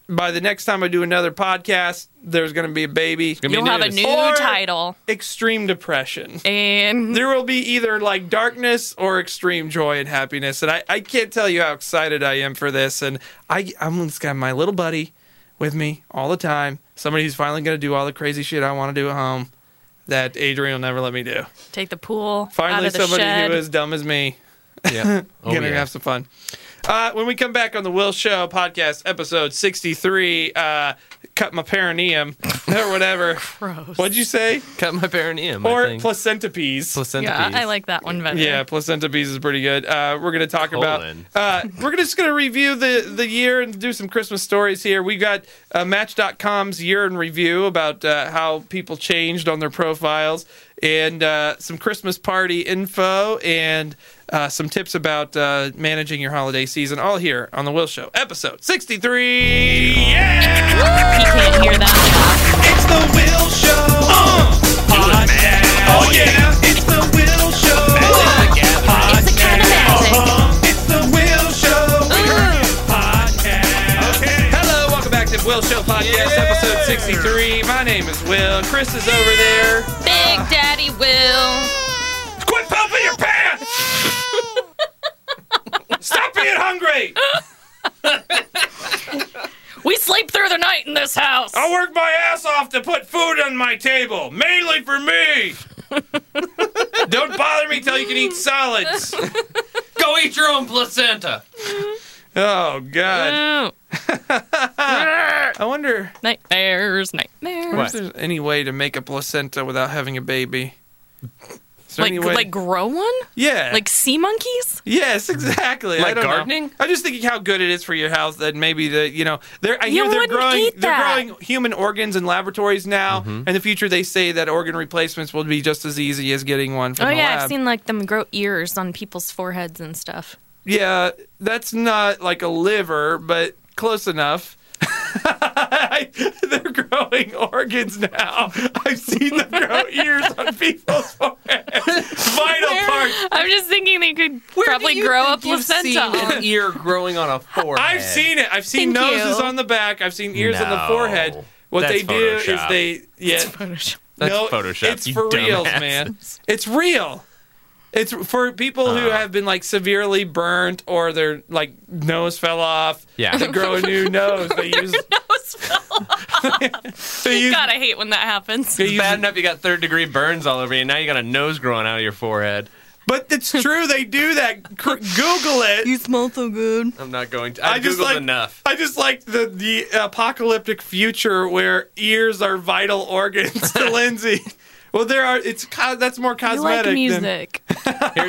S1: by the next time I do another podcast, there's going to be a baby.
S5: gonna be
S2: You'll have a
S5: news.
S2: new
S1: Or-
S2: title.
S1: Extreme depression.
S2: And
S1: There will be either like darkness or extreme joy and happiness. And I, I can't tell you how excited I am for this. And I, I'm just got my little buddy with me all the time. Somebody who's finally going to do all the crazy shit I want to do at home that Adrian will never let me do.
S2: take the pool out
S1: Finally,
S2: of the
S1: somebody
S2: shed.
S1: who is dumb as me.
S5: Yeah. Oh,
S1: gonna
S5: yeah.
S1: have some fun. Uh, when we come back on the Will Show podcast, episode sixty-three, uh, cut my perineum or whatever.
S2: Gross.
S1: What'd you say?
S5: Cut my perineum.
S1: or
S5: I think.
S1: placentopes.
S2: yeah,
S5: placentipes.
S2: I like that one better.
S1: yeah, placentopes is pretty good. Uh, we're gonna talk
S5: Colon.
S1: about. Uh, we're gonna- just gonna review the the year and do some Christmas stories here. We got uh, Match.com's year in review about uh, how people changed on their profiles and uh, some Christmas party info and uh, some tips about uh, managing your holiday season. All here on the Will Show, episode sixty three.
S2: He can't hear that.
S4: It's the Will Show. Oh yeah, it's the Will Show.
S2: It's a kind of magic.
S4: It's the Will Show.
S1: Hello, welcome back to Will Show podcast, episode sixty three. My name is Will. Chris is over there.
S2: Big Daddy Will.
S1: Quit pumping your pants! Stop being hungry!
S2: We sleep through the night in this house.
S1: I work my ass off to put food on my table, mainly for me! Don't bother me till you can eat solids!
S5: Go eat your own placenta.
S1: Oh, God.
S2: Oh.
S1: I wonder
S2: nightmares, nightmares.
S1: if there's any way to make a placenta without having a baby. Is there
S2: Like,
S1: any way-
S2: like grow one?
S1: yeah.
S2: Like sea monkeys?
S1: yes, exactly. I
S5: Like
S1: don't know.
S5: gardening?
S1: I'm just thinking how good it is for your health that maybe the you know they're I
S2: You
S1: hear they're
S2: wouldn't
S1: growing
S2: eat
S1: they're
S2: that.
S1: growing human organs in laboratories now. In the future, they say that organ replacements will be just as easy as getting one from
S2: Oh
S1: the
S2: yeah,
S1: lab.
S2: I've seen like them grow ears on people's foreheads and stuff.
S1: yeah, that's not like a liver, but close enough. They're growing organs now. I've seen them grow ears on people's foreheads. Vital parts.
S2: I'm just thinking they could probably grow a placenta.
S5: an
S2: on-
S5: ear growing on a forehead.
S1: I've seen it. I've seen
S2: Thank
S1: noses
S2: you.
S1: on the back. I've seen ears on the
S5: No.
S1: forehead. What
S5: That's
S1: they do
S5: Photoshop.
S1: is they yeah.
S5: That's
S1: no,
S5: Photoshop,
S1: It's
S5: you
S1: for reals,
S5: dumbasses. Uh.
S1: man. It's real. It's for people who have been like severely burnt or their like nose fell off.
S5: Yeah.
S1: They grow a new nose. They use they use,
S2: God, I hate when that happens.
S1: they
S5: It's
S1: use-
S5: bad enough you got third degree burns all over you. Now you got a nose growing out of your forehead.
S1: But it's true they do that. Cr- Google it.
S2: smell so good.
S5: I'm not going to.
S1: I
S5: I,
S1: just
S5: googled
S1: like-
S5: enough.
S1: I just like the the apocalyptic future where ears are vital organs to Lindsay. Well, there are. It's co- that's more
S2: I like
S1: cosmetic. than-
S2: music.
S5: Here-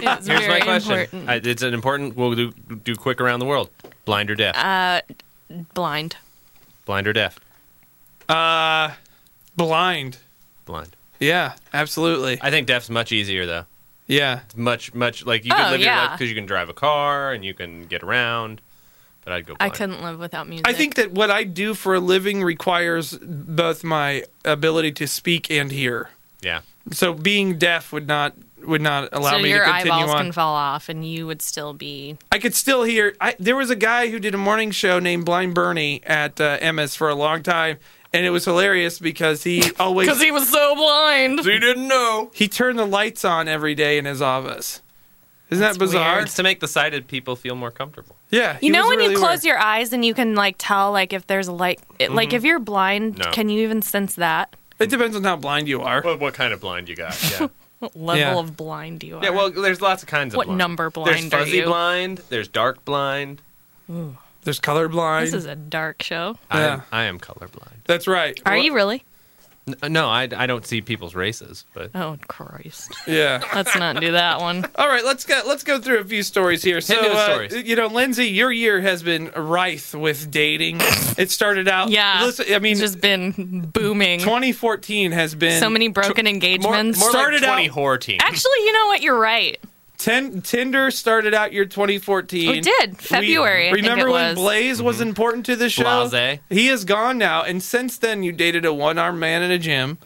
S2: It's
S5: here's my
S2: very
S5: question.
S2: important.
S5: I, it's an important. We'll do do quick around the world. Blind or deaf?
S2: Uh, Blind.
S5: blind or deaf?
S1: uh, blind.
S5: Blind.
S1: Yeah, absolutely.
S5: I think deaf's much easier though.
S1: Yeah.
S5: It's much much like you
S2: Oh,
S5: can live your life
S2: yeah.
S5: because you can drive a car and you can get around. But I'd go.
S2: I
S5: Blind.
S2: couldn't live without music.
S1: I think that what I do for a living requires both my ability to speak and hear.
S5: Yeah.
S1: So being deaf would not would not allow
S2: so
S1: me
S2: your
S1: to continue
S2: eyeballs
S1: on.
S2: can fall off and you would still be
S1: I could still hear. I, there was a guy who did a morning show named Blind Bernie at uh, MS for a long time, and it was hilarious because he always
S2: because he was so blind.
S5: So you didn't know.
S1: he turned the lights on every day in his office. Isn't that
S2: That's
S1: bizarre?
S2: weird.
S5: It's to make the sighted people feel more comfortable.
S1: Yeah.
S2: You know when you close your eyes and you can like tell like if there's a light it, like
S1: Mm-hmm.
S2: if you're blind
S5: No.
S2: can you even sense that
S1: It depends on how blind you are.
S5: What, what kind of blind you got? Yeah.
S2: what level
S1: Yeah.
S2: of blind you are
S5: yeah. Well, there's lots of kinds of.
S2: what
S5: blind.
S2: number
S5: There's
S2: blind are
S5: fuzzy
S2: you
S5: blind. There's dark blind.
S1: There's colorblind.
S2: this is a dark show
S5: I
S1: Yeah.
S5: am, I am colorblind.
S1: That's right.
S2: are
S1: Well,
S2: you really
S5: N- No, I, I don't see people's races, but
S2: oh Christ
S1: Yeah.
S2: let's not do that one
S1: All right, let's go. Let's go through a few stories here. So,
S5: me with
S1: uh,
S5: stories.
S1: you know, Lindsay, your year has been rife with dating. it started out.
S2: Yeah.
S1: Listen, I mean,
S2: it's just been booming
S1: 2014 has been
S2: so many broken engagements
S1: more like Started out-
S5: 20 whore team.
S2: actually you know what you're right
S1: Ten, Tinder started out year 2014.
S2: We Oh, did.
S1: We-
S2: February, I think
S1: remember
S2: it
S1: when
S2: was.
S1: Blaze was important to the show?
S5: Mm-hmm. Blase.
S1: He is gone now, and since then, you dated a one-armed man in a gym.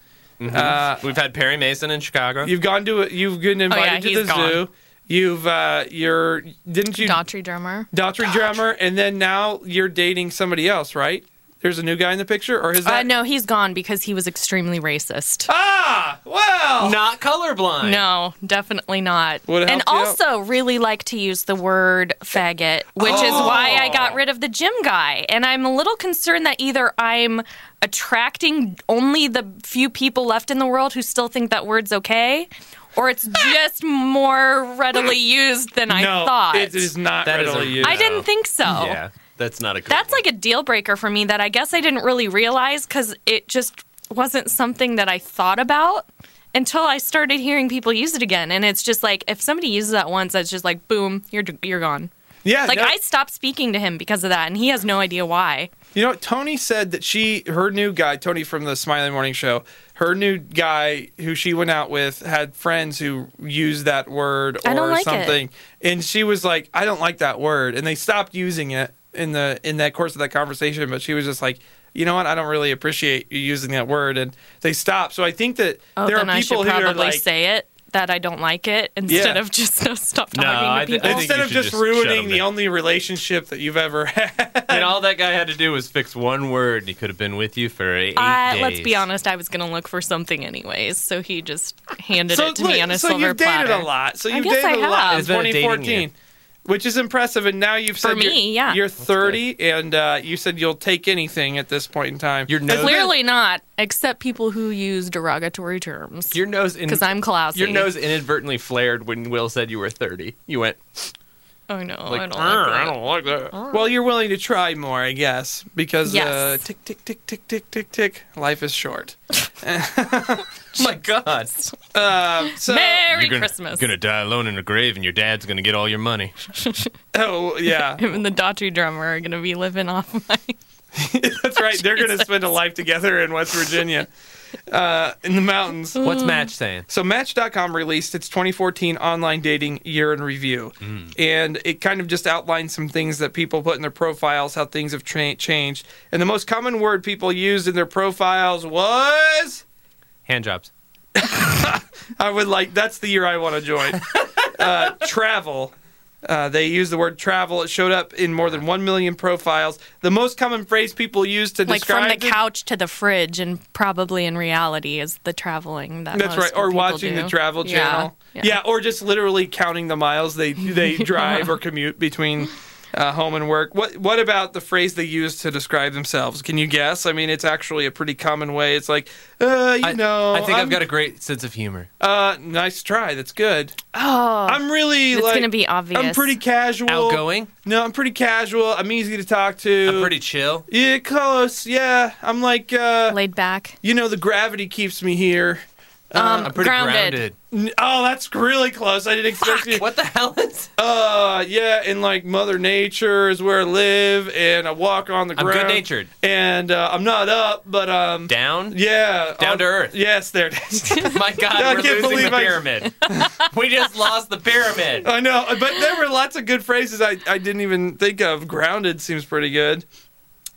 S1: Uh,
S5: We've had Perry Mason in Chicago.
S1: you've gone to. A, you've been invited
S2: Oh, yeah,
S1: to
S2: he's
S1: the
S2: gone.
S1: zoo. You've uh, you're didn't you
S2: Daughtry drummer
S1: Daughtry drummer, and then now you're dating somebody else, right? There's a new guy in the picture, or is
S2: Uh,
S1: that
S2: no, he's gone because he was extremely racist.
S1: Ah, well,
S5: Not colorblind.
S2: No, definitely not.
S1: Would it
S2: and
S1: help you out?
S2: also, really like to use the word faggot, which is why I
S1: Oh.
S2: got rid of the gym guy. And I'm a little concerned that either I'm attracting only the few people left in the world who still think that word's okay, or it's just more readily used than I
S1: no,
S2: thought.
S1: it is not
S5: That is
S1: readily
S5: a-
S1: used.
S2: I didn't think so.
S5: Yeah, that's not a. Good
S2: That's like a deal breaker for me that I guess I didn't really realize because it just wasn't something that I thought about until I started hearing people use it again. And it's just like if somebody uses that once, that's just like boom, you're you're gone.
S1: yeah,
S2: Like
S1: no,
S2: I stopped speaking to him because of that, and he has no idea why.
S1: you know, what? Tony said that she, her new guy, Tony from the Smiley Morning Show, her new guy who she went out with had friends who used that word or
S2: I don't like it.
S1: something, and she was like, "I don't like that word," and they stopped using it in the in that course of that conversation. But she was just like. You know what? I don't really appreciate you using that word, and they stopped. So I think that
S2: Oh,
S1: there
S2: then
S1: are
S2: I
S1: people
S2: should
S1: who
S2: probably
S1: are like,
S2: say it that I don't like it instead
S1: Yeah.
S2: of just no, stop
S7: No,
S2: talking
S7: I
S2: to
S7: thi- I
S2: people.
S7: think
S1: instead
S7: you
S1: of
S7: should
S1: just
S7: just shut
S1: ruining
S7: 'em
S1: the
S7: down.
S1: only relationship that you've ever had.
S7: and all that guy had to do was fix one word, and he could have been with you for eight
S2: I-
S7: days.
S2: let's be honest. I was going to look for something anyways, so he just handed it to
S1: look,
S2: me on a
S1: so
S2: silver
S1: you've dated
S2: platter.
S1: a lot. So
S2: I
S1: you've
S2: guess I
S1: dated a lot
S2: have.
S1: in
S7: It's been a dating
S1: 2014,
S7: year.
S1: which is impressive. And now you've
S2: For
S1: said you're,
S2: me, yeah.
S1: you're 30, and uh, you said you'll take anything at this point in time.
S7: Your nose,
S2: Clearly not, except people who use derogatory terms.
S7: your nose, in-
S2: Because I'm classy.
S7: your nose inadvertently flared when Will said you were thirty. You went
S2: Oh no,
S7: like,
S2: I don't
S7: "Arr,
S2: like
S7: I
S2: that.
S7: don't like that.
S1: well, you're willing to try more, I guess, because
S2: Yes.
S1: uh, tick, tick, tick, tick, tick, tick, tick. Life is short.
S5: my God.
S1: Uh, so,
S2: Merry
S7: you're gonna,
S2: Christmas.
S7: You're gonna die alone in a grave, and your dad's gonna get all your money.
S1: oh yeah,
S2: Him and the Daughtry drummer are gonna be living off my.
S1: that's right. They're going to spend a life together in West Virginia, uh, in the mountains.
S2: Mm.
S5: What's Match saying?
S1: So Match.com released its 2014 online dating year in review, and it kind of just outlines some things that people put in their profiles, how things have tra- changed, and the most common word people used in their profiles was
S7: Hand jobs.
S1: "I would like." That's the year I want to join. uh, travel. Uh, they used the word travel. It showed up in more than one million profiles. The most common phrase people use to
S2: Like from
S1: describe
S2: the
S1: it-
S2: couch to the fridge, and probably in reality is the traveling that.
S1: That's
S2: most
S1: right. Or
S2: people
S1: watching
S2: do.
S1: the Travel
S2: Yeah,
S1: Channel. Yeah.
S2: Yeah.
S1: Or just literally counting the miles they they drive or commute between uh, home and work. What What about the phrase they use to describe themselves? Can you guess? I mean, it's actually a pretty common way. It's like, uh, you know,
S5: I think i
S1: I'm-
S5: have got a great sense of humor.
S1: Uh, nice try. That's good.
S2: Oh,
S1: I'm really
S2: it's
S1: like.
S2: gonna be obvious.
S1: I'm pretty casual.
S5: Outgoing.
S1: No, I'm pretty casual. I'm easy to talk to.
S5: I'm pretty chill.
S1: Yeah, close. Yeah, I'm like. Uh,
S2: laid back.
S1: you know, the gravity keeps me here.
S2: Um,
S5: I'm pretty grounded.
S1: N- Oh, that's really close. I didn't expect you.
S5: What the hell is?
S1: Uh, yeah, and like Mother Nature is where I live, and I walk on the
S5: I'm
S1: ground.
S5: good natured.
S1: and uh, I'm not up, but um,
S7: Down.
S1: yeah,
S5: Down
S1: on-
S5: to earth.
S1: Yes, there it is.
S5: My God,
S1: I
S5: we're
S1: can't
S5: losing
S1: believe
S5: the
S1: I-
S5: pyramid. we just lost the pyramid.
S1: I know, but there were lots of good phrases I, I didn't even think of. Grounded seems pretty good.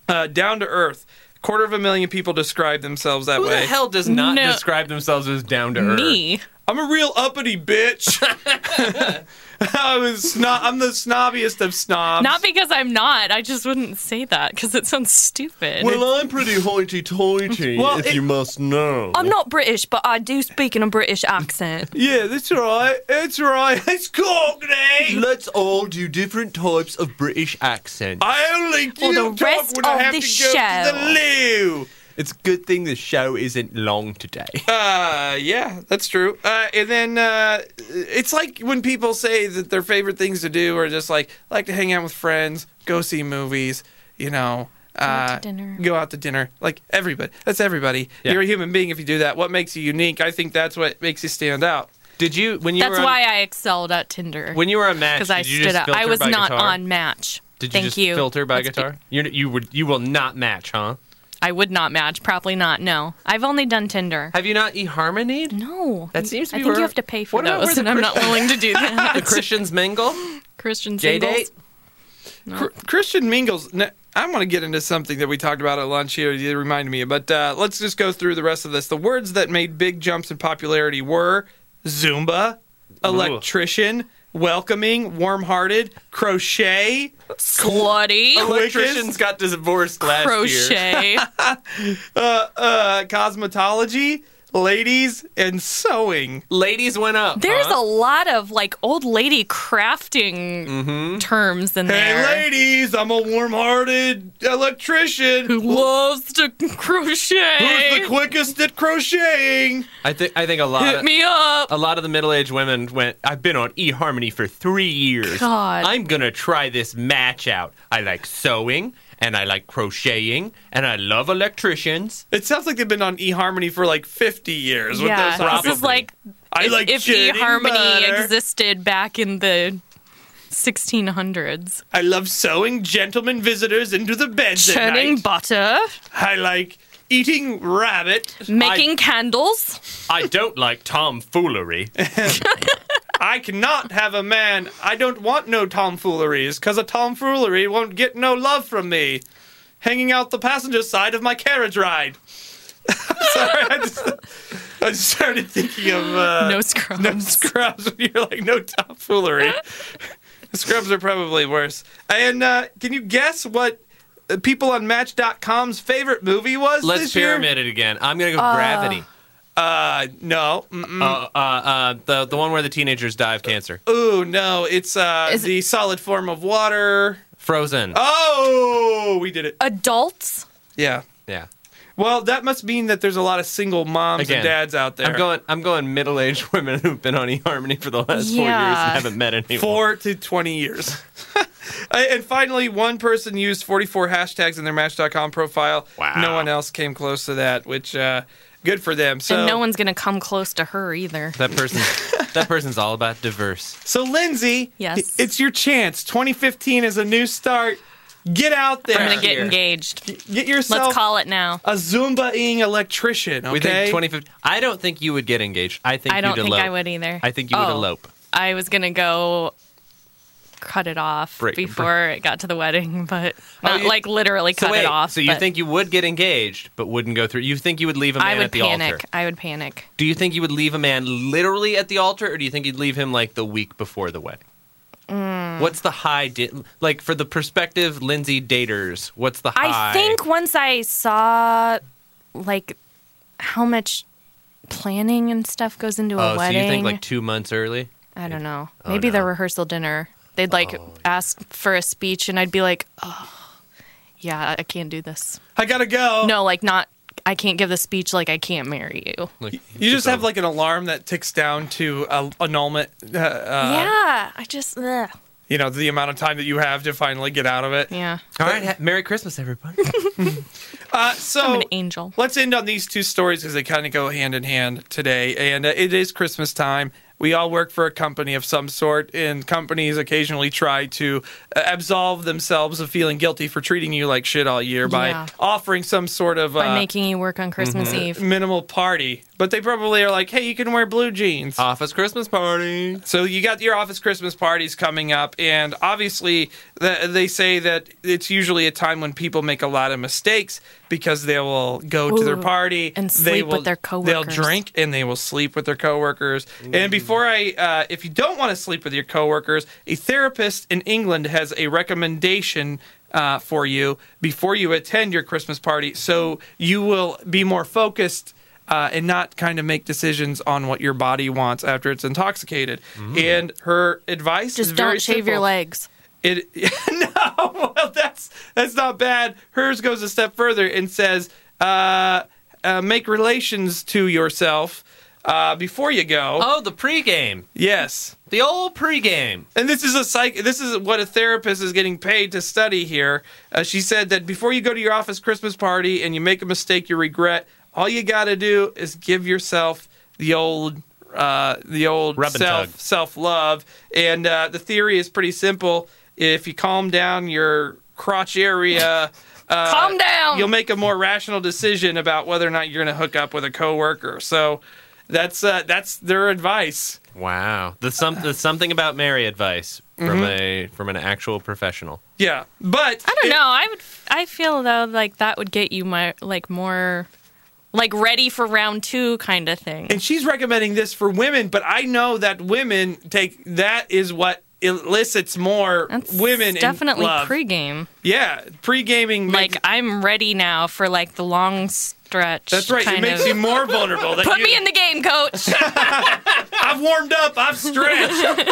S1: Uh, down to earth. Quarter of a million people describe themselves that
S5: Who
S1: way.
S5: the hell does not
S2: No.
S5: describe themselves as down to earth?
S2: Me.
S1: I'm a real uppity bitch. I was snob- I'm the snobbiest of snobs.
S2: Not because I'm not. I just wouldn't say that because it sounds stupid.
S7: I'm pretty hoity-toity,
S1: Well, if it- you
S7: must know.
S2: I'm not British, but I do speak in a British accent.
S1: yeah, that's right. That's right. It's Cockney.
S7: Let's all do different types of British accent.
S1: I only do
S2: the
S1: talk
S2: rest
S1: when I
S2: of
S1: have
S2: the
S1: to go to the
S2: show.
S1: loo.
S7: It's a good thing the show isn't long today.
S1: Uh, yeah, that's true. Uh, and then uh, it's like when people say that their favorite things to do are just like like to hang out with friends, go see movies, you know.
S2: out to
S1: uh,
S2: dinner.
S1: Go out to dinner. Like everybody. That's everybody.
S5: Yeah.
S1: You're a human being if you do that. What makes you unique? I think that's what makes you stand out.
S5: Did you when you
S2: That's
S5: were on,
S2: why I excelled at Tinder
S5: when you were on Match?
S2: because I
S5: did you
S2: stood up.
S5: just
S2: I
S5: filter
S2: was
S5: by
S2: not
S5: guitar?
S2: on Match.
S5: Did you
S2: Thank
S5: just
S2: you.
S5: filter by
S2: That's good.
S5: guitar? You're, you would you will not match, huh?
S2: I would not match. Probably not. No, I've only done Tinder.
S5: Have you not eHarmonied?
S2: no,
S5: That seems to
S2: I
S5: be
S2: think
S5: where-
S2: you have to pay for
S5: What about where
S2: those,
S5: the
S2: and I'm not willing to do
S5: The
S2: that.
S5: Christians mingle.
S2: Christian
S5: J
S2: singles.
S5: date.
S1: Cr- Christian Mingles. n- I'm going to get into something that we talked about at lunch here. You reminded me, but uh, let's just go through the rest of this. The words that made big jumps in popularity were Zumba, electrician, welcoming, warm-hearted, crochet,
S2: Slutty.
S8: Electricians got divorced last year.
S2: Crochet.
S1: uh, uh, cosmetology, ladies, and sewing.
S8: Ladies went up.
S2: There's
S5: Uh-huh.
S8: huh?
S2: a lot of like old lady crafting
S5: Mm-hmm.
S2: terms in there.
S1: Hey, ladies, I'm a warm-hearted electrician.
S2: Who loves to
S1: Who's
S2: crochet?
S1: the quickest at crocheting?
S5: I think I think a lot
S2: Hit
S5: of,
S2: me up.
S5: a lot of the middle aged women went. I've been on eHarmony for three years.
S2: God.
S5: I'm gonna try this match out. I like sewing and I like crocheting and I love electricians.
S1: It sounds like they've been on eHarmony for like 50 years. with
S2: yeah,
S1: those
S2: this
S1: hobbies.
S2: is like
S1: I
S2: if,
S1: like
S2: if E
S1: shitting
S2: eHarmony
S1: butter.
S2: existed back in the 1600s.
S1: I love sewing gentlemen visitors into the beds at
S2: Churning
S1: night.
S2: butter,
S1: I like eating rabbit.
S2: making candles.
S5: I don't like tomfoolery.
S1: I cannot have a man. I don't want no tomfooleries, because a tomfoolery won't get no love from me. Hanging out the passenger side of my carriage ride. Sorry, I just, I just started thinking of uh,
S2: no scrubs.
S1: no scrubs when you're like, no tomfoolery. scrubs are probably worse. And uh, can you guess what uh, people on Match.com's favorite movie was?
S5: Let's
S1: this year?
S5: pyramid it again. I'm gonna go Gravity.
S1: Uh, no. Mm-mm.
S5: Uh, uh, uh, the the one where the teenagers die of cancer.
S1: Ooh, no. It's uh,
S2: Is it-
S1: the solid form of water.
S5: Frozen.
S1: Oh, we did it.
S2: Adults.
S1: Yeah.
S5: Yeah.
S1: Well, that must mean that there's a lot of single moms
S5: Again,
S1: and dads out there.
S5: I'm going. I'm going middle-aged women who've been on eHarmony for the last four years
S2: Yeah.
S5: and haven't met anyone.
S1: four to 20 years. and finally, one person used 44 hashtags in their Match.com profile.
S5: Wow.
S1: No one else came close to that, which uh, good for them. So,
S2: and no one's going to come close to her either.
S5: That person. that person's all about diverse.
S1: so Lindsay,
S2: Yes.
S1: it's your chance. 2015 is a new start. Get out there.
S2: I'm going to get
S8: Here.
S2: engaged.
S1: Get yourself
S2: Let's call it now.
S1: a Zumba-ing electrician. Okay?
S5: We think 2015. I don't think you would get engaged. I think
S2: I don't
S5: you'd
S2: think
S5: elope.
S2: I would either.
S5: I think you would
S2: Oh.
S5: elope.
S2: I was gonna go cut it off
S5: Break- Oh,
S2: before it got to the wedding, but not
S5: you-
S2: like literally cut
S5: so wait,
S2: it off.
S5: So you
S2: but
S5: think you would get engaged, but wouldn't go through? You think you would leave a man
S2: I would
S5: at the
S2: panic.
S5: altar?
S2: I would panic.
S5: Do you think you would leave a man literally at the altar, or do you think you'd leave him like the week before the wedding?
S2: Mm.
S5: What's the high? Di- like for the prospective Lindsay daters, what's the high?
S2: I think once I saw like how much planning and stuff goes into a
S5: Oh,
S2: wedding.
S5: so you think like two months early?
S2: I don't know. Maybe the
S5: no.
S2: rehearsal dinner. They'd like ask for a speech and I'd be like, Oh yeah, I can't do this.
S1: I gotta go.
S2: No, like not I can't give the speech like I can't marry you.
S5: Like,
S1: You just have
S5: a-
S1: like an alarm that ticks down to uh, annulment. Uh, uh,
S2: yeah. I just ugh.
S1: You know the amount of time that you have to finally get out of it.
S2: Yeah.
S5: All right, ha- Merry Christmas, everybody.
S1: Uh,
S2: I'm
S1: so
S2: an angel.
S1: let's end on these two stories because they kind of go hand in hand today. And uh, it is Christmas time. We all work for a company of some sort, and companies occasionally try to uh, absolve themselves of feeling guilty for treating you like shit all year
S2: Yeah.
S1: by offering some sort of
S2: by
S1: uh,
S2: making you work on Christmas Eve.
S1: minimal party. But they probably are like, "Hey, you can wear blue jeans."
S5: Office Christmas party.
S2: Mm-hmm.
S1: So you got your office Christmas parties coming up, and obviously the, they say that it's usually a time when people make a lot of mistakes because they will go to their
S2: Ooh,
S1: party
S2: and
S1: they
S2: sleep with
S1: will,
S2: their
S1: They'll
S2: coworkers.
S1: drink and they will sleep with their coworkers. And before I, uh, if you don't want to sleep with your coworkers, a therapist in England has a recommendation. Uh, for you before you attend your Christmas party, so you will be more focused uh, and not kind of make decisions on what your body wants after it's intoxicated. And her advice is
S2: Just
S1: very
S2: don't shave your
S1: simple.
S2: legs.
S1: It no, well that's that's not bad. Hers goes a step further and says, uh, uh, make relations to yourself uh, before you go.
S5: Oh, the pregame.
S1: Yes,
S5: The old pregame.
S1: and this is a psych. This is what a therapist is getting paid to study here. Uh, she said that before you go to your office Christmas party and you make a mistake you regret, all you got to do is give yourself the old. Uh, the old
S5: Rub and
S1: self
S5: tug.
S1: self love, and uh, the theory is pretty simple. If you calm down your crotch area,
S2: Calm down.
S1: you'll make a more rational decision about whether or not you're going to hook up with a coworker. So, that's uh, that's their advice.
S5: Wow. The, some, the something about Mary advice from
S1: Mm-hmm.
S5: a from an actual professional.
S1: Yeah, but
S2: I
S1: it-
S2: don't know. I would. I feel though like that would get you my like more like ready for round two kind of thing.
S1: and she's recommending this for women, but I know that women take that is what elicits more
S2: That's
S1: women in
S2: definitely
S1: love.
S2: pregame.
S1: yeah pre gaming
S2: Like I'm ready now for like the long stretch.
S1: that's right it
S2: kind
S1: makes
S2: of-
S1: you more vulnerable. That
S2: Put
S1: you-
S2: me in the game, coach.
S1: I've warmed up. I've stretched.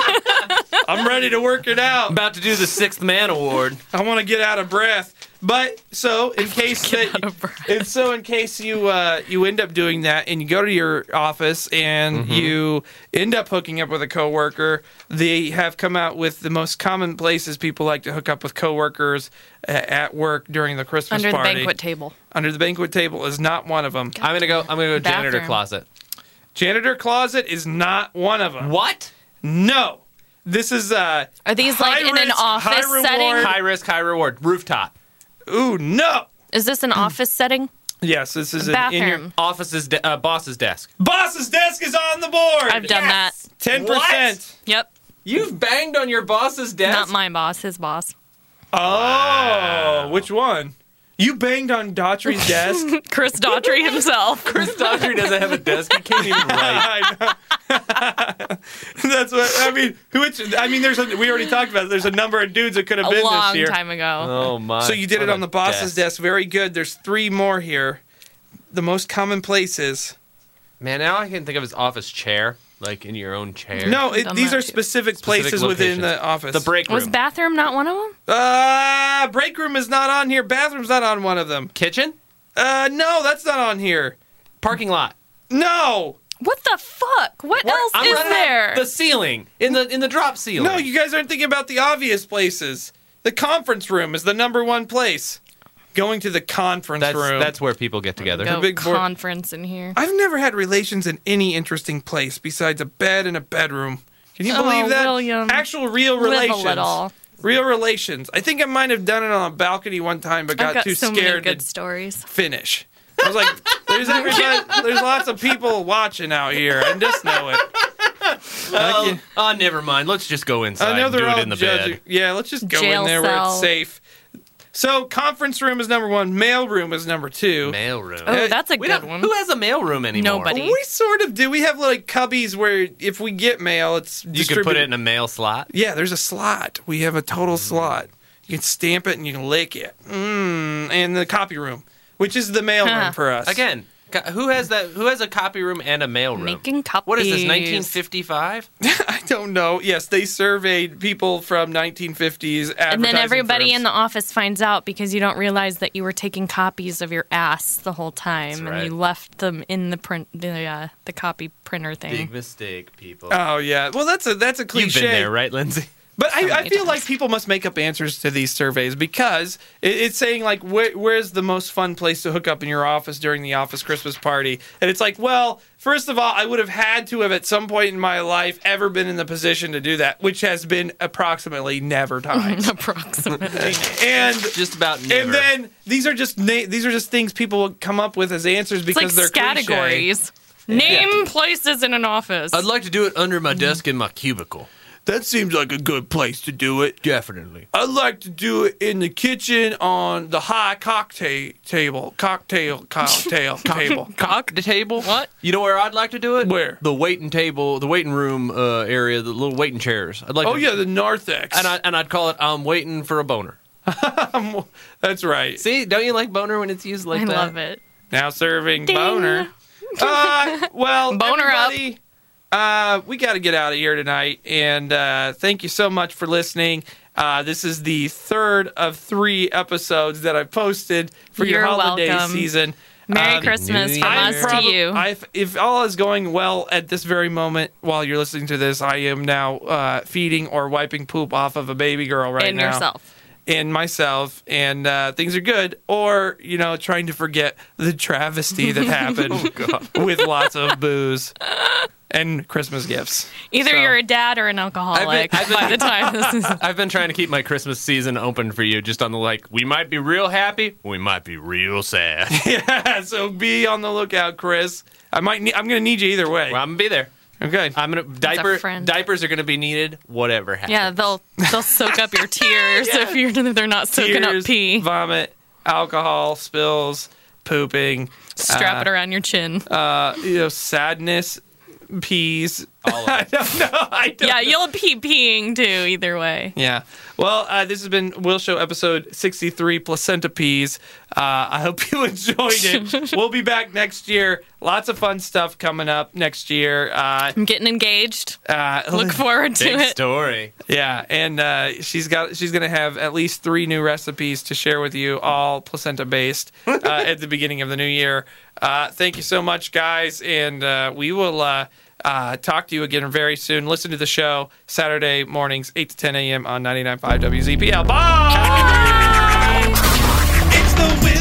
S1: I'm ready to work it out.
S5: About to do the sixth man award.
S1: I want to get out of breath. But so in case
S2: out
S1: that,
S2: of breath.
S1: and so in case you uh, you end up doing that and you go to your office and you end up hooking up with a coworker, they have come out with the most common places people like to hook up with coworkers uh, at work during the Christmas
S2: Under the
S1: party.
S2: banquet table.
S1: Under the banquet table is not one of them.
S5: I'm gonna go. I'm gonna go janitor
S2: Bathroom.
S5: closet.
S1: Janitor closet is not one of them.
S5: What?
S1: No, this is uh.
S2: Are these like
S1: High
S2: in an
S1: risk,
S2: office
S1: high
S2: setting?
S1: reward.
S5: High risk, high reward. Rooftop.
S1: Ooh no.
S2: Is this an office setting?
S1: Yes, this is an, Hmm. in your
S2: Bathroom.
S5: Office's de- uh, boss's desk.
S1: boss's desk is on the board.
S2: I've done that.
S1: Ten percent.
S2: Yep.
S5: You've banged on your boss's
S2: Not my boss, his boss.
S1: Oh, which one? You banged on Daughtry's desk.
S2: Chris Daughtry himself.
S5: Chris Daughtry doesn't have a desk. He can't even write.
S1: I know. That's what I mean. Which I mean, there's a, we already talked about. It. There's a number of dudes that could have
S2: a
S1: been
S2: long
S1: this year.
S2: time ago.
S5: Oh my!
S1: So you did it
S5: What a
S1: on the boss's desk. Very good. There's three more here. The most common places.
S5: Man, now I can think of his office chair, like in your own chair.
S1: No, it,
S2: Done
S1: these
S2: that
S1: are
S2: too.
S1: specific, places within
S5: locations.
S1: the office.
S5: the break room,
S2: Was bathroom not one of them?
S1: Uh, break room is not on here. Bathroom's not on one of them.
S5: kitchen,
S1: Uh, no, that's not on here.
S5: parking lot.
S1: No,
S2: What the fuck? What else
S5: I'm
S2: is
S5: running out
S2: there?
S5: The ceiling in the in the drop ceiling.
S1: No, you guys aren't thinking about the obvious places. The conference room is the number one place. Going to the conference
S5: That's
S1: room.
S5: that's where people get together.
S2: no
S1: big board-
S2: conference in here.
S1: I've never had relations in any interesting place besides a bed and a bedroom. Can you
S2: Oh,
S1: believe that?
S2: William.
S1: Actual real
S2: Live a
S1: relations.
S2: little.
S1: Real relations. I think I might have done it on a balcony one time, but
S2: I've
S1: got,
S2: got
S1: too
S2: so many
S1: scared
S2: good
S1: to
S2: stories.
S1: finish. I was like, "There's everybody, there's lots of people watching out here. I just know it. I can't-
S5: Oh, never mind. Let's just go inside. and
S1: Another
S5: do it
S1: all
S5: in the
S1: judge-
S5: bed.
S1: Yeah, let's just go
S2: Jail
S1: in there where it's
S2: cell.
S1: safe. So conference room is number one, mail room is number two.
S5: Mail room.
S2: Oh,
S1: Uh,
S2: that's a
S5: we
S2: good
S5: don't-
S2: one.
S5: Who has a mail room anymore?
S2: Nobody.
S1: We sort of do. We have like cubbies where if we get mail, it's
S5: You could put it in a mail slot.
S1: yeah, there's a slot. We have a total slot. You can stamp it and you can lick it. Mm, and the copy room, which is the mail
S2: Huh.
S1: room for us.
S5: Again, co- who has that? Who has a copy room and a mail room?
S2: Making copies.
S5: What is this? 1955?
S1: I don't know. Yes, they surveyed people from 1950s.
S2: And then
S1: advertising
S2: everybody
S1: firms.
S2: in the office finds out because you don't realize that you were taking copies of your ass the whole time,
S5: That's
S2: and you
S5: right.
S2: left them in the print, the uh, the copy printer thing.
S5: Big mistake, people.
S1: Oh yeah. Well, that's a that's a cliche.
S5: You've been there, right, Lindsay?
S1: But I, I
S2: many
S1: feel like
S2: times.
S1: people must make up answers to these surveys because it, it's saying like where, where's the most fun place to hook up in your office during the office Christmas party, and it's like, well, first of all, I would have had to have at some point in my life ever been in the position to do that, which has been approximately never times,
S2: Approximately.
S1: and
S5: Just about never.
S1: and then these are just na- these are just things people will come up with as answers
S2: it's like
S1: because they're cliche.
S2: categories. Name places in an office.
S5: I'd like to do it under my desk in my cubicle.
S1: That seems like a good place to do it.
S5: Definitely.
S1: I'd like to do it in the kitchen on the high cocktail table, cocktail, cocktail table.
S5: Cock the table. What? You know where I'd like to do it?
S1: Where?
S5: The waiting table, the waiting room uh, area, the little waiting chairs. I'd like.
S1: Oh
S5: to,
S1: yeah, the narthex.
S5: And I and I'd call it I'm waiting for a boner.
S1: That's right.
S5: See, don't you like boner when it's used like
S2: I
S5: that?
S2: love it.
S1: Now serving boner. Uh, well,
S2: Boner up.
S1: everybody, Uh, we got to get out of here tonight, and uh, thank you so much for listening. Uh, this is the third of three episodes that I posted for your
S2: You're
S1: holiday
S2: welcome.
S1: season.
S2: Merry
S1: Um,
S2: Christmas
S5: New
S2: from
S5: Year.
S2: us
S1: prob-
S2: to you.
S1: I- if- if all is going well at this very moment while you're listening to this, I am now uh, feeding or wiping poop off of a baby girl right
S2: and
S1: now.
S2: yourself.
S1: And myself. And uh, things are good. Or, you know, trying to forget the travesty that happened
S2: Oh,
S1: with lots of booze and Christmas gifts.
S2: Either
S1: So-
S2: you're a dad or an alcoholic
S5: I've been-
S2: by the time this is.
S5: I've been trying to keep my Christmas season open for you, just on the like. We might be real happy, we might be real sad.
S1: Yeah, so be on the lookout, Chris. I might. Need, I'm going to need you either way.
S5: well, I'm gonna be there.
S1: Okay.
S5: I'm gonna diaper
S2: friend.
S5: diapers are gonna be needed. Whatever happens.
S2: Yeah, they'll they'll soak up your tears if you're if they're not soaking
S1: Tears, uh,
S2: up pee.
S1: vomit, alcohol spills, pooping,
S2: Strap
S1: Uh,
S2: it around your chin.
S1: uh, you know, sadness, peas. I don't know. I don't
S2: yeah, you'll pee peeing too, either way.
S1: Yeah. Well, uh, this has been Will Show episode 63, Placenta Peas. Uh, I hope you enjoyed it. we'll be back next year. Lots of fun stuff coming up next year. Uh,
S2: I'm getting engaged.
S1: uh,
S2: Look forward to
S7: Big
S2: it.
S7: story.
S1: yeah, and uh, she's got she's gonna have at least three new recipes to share with you, all placenta based, uh, at the beginning of the new year. Uh, thank you so much, guys, and uh, we will uh, uh, talk to you again very soon. Listen to the show Saturday mornings, eight to ten a.m. on 99.5 WZPL. Bye.
S4: It's the
S1: Oh, Uh-huh.
S4: will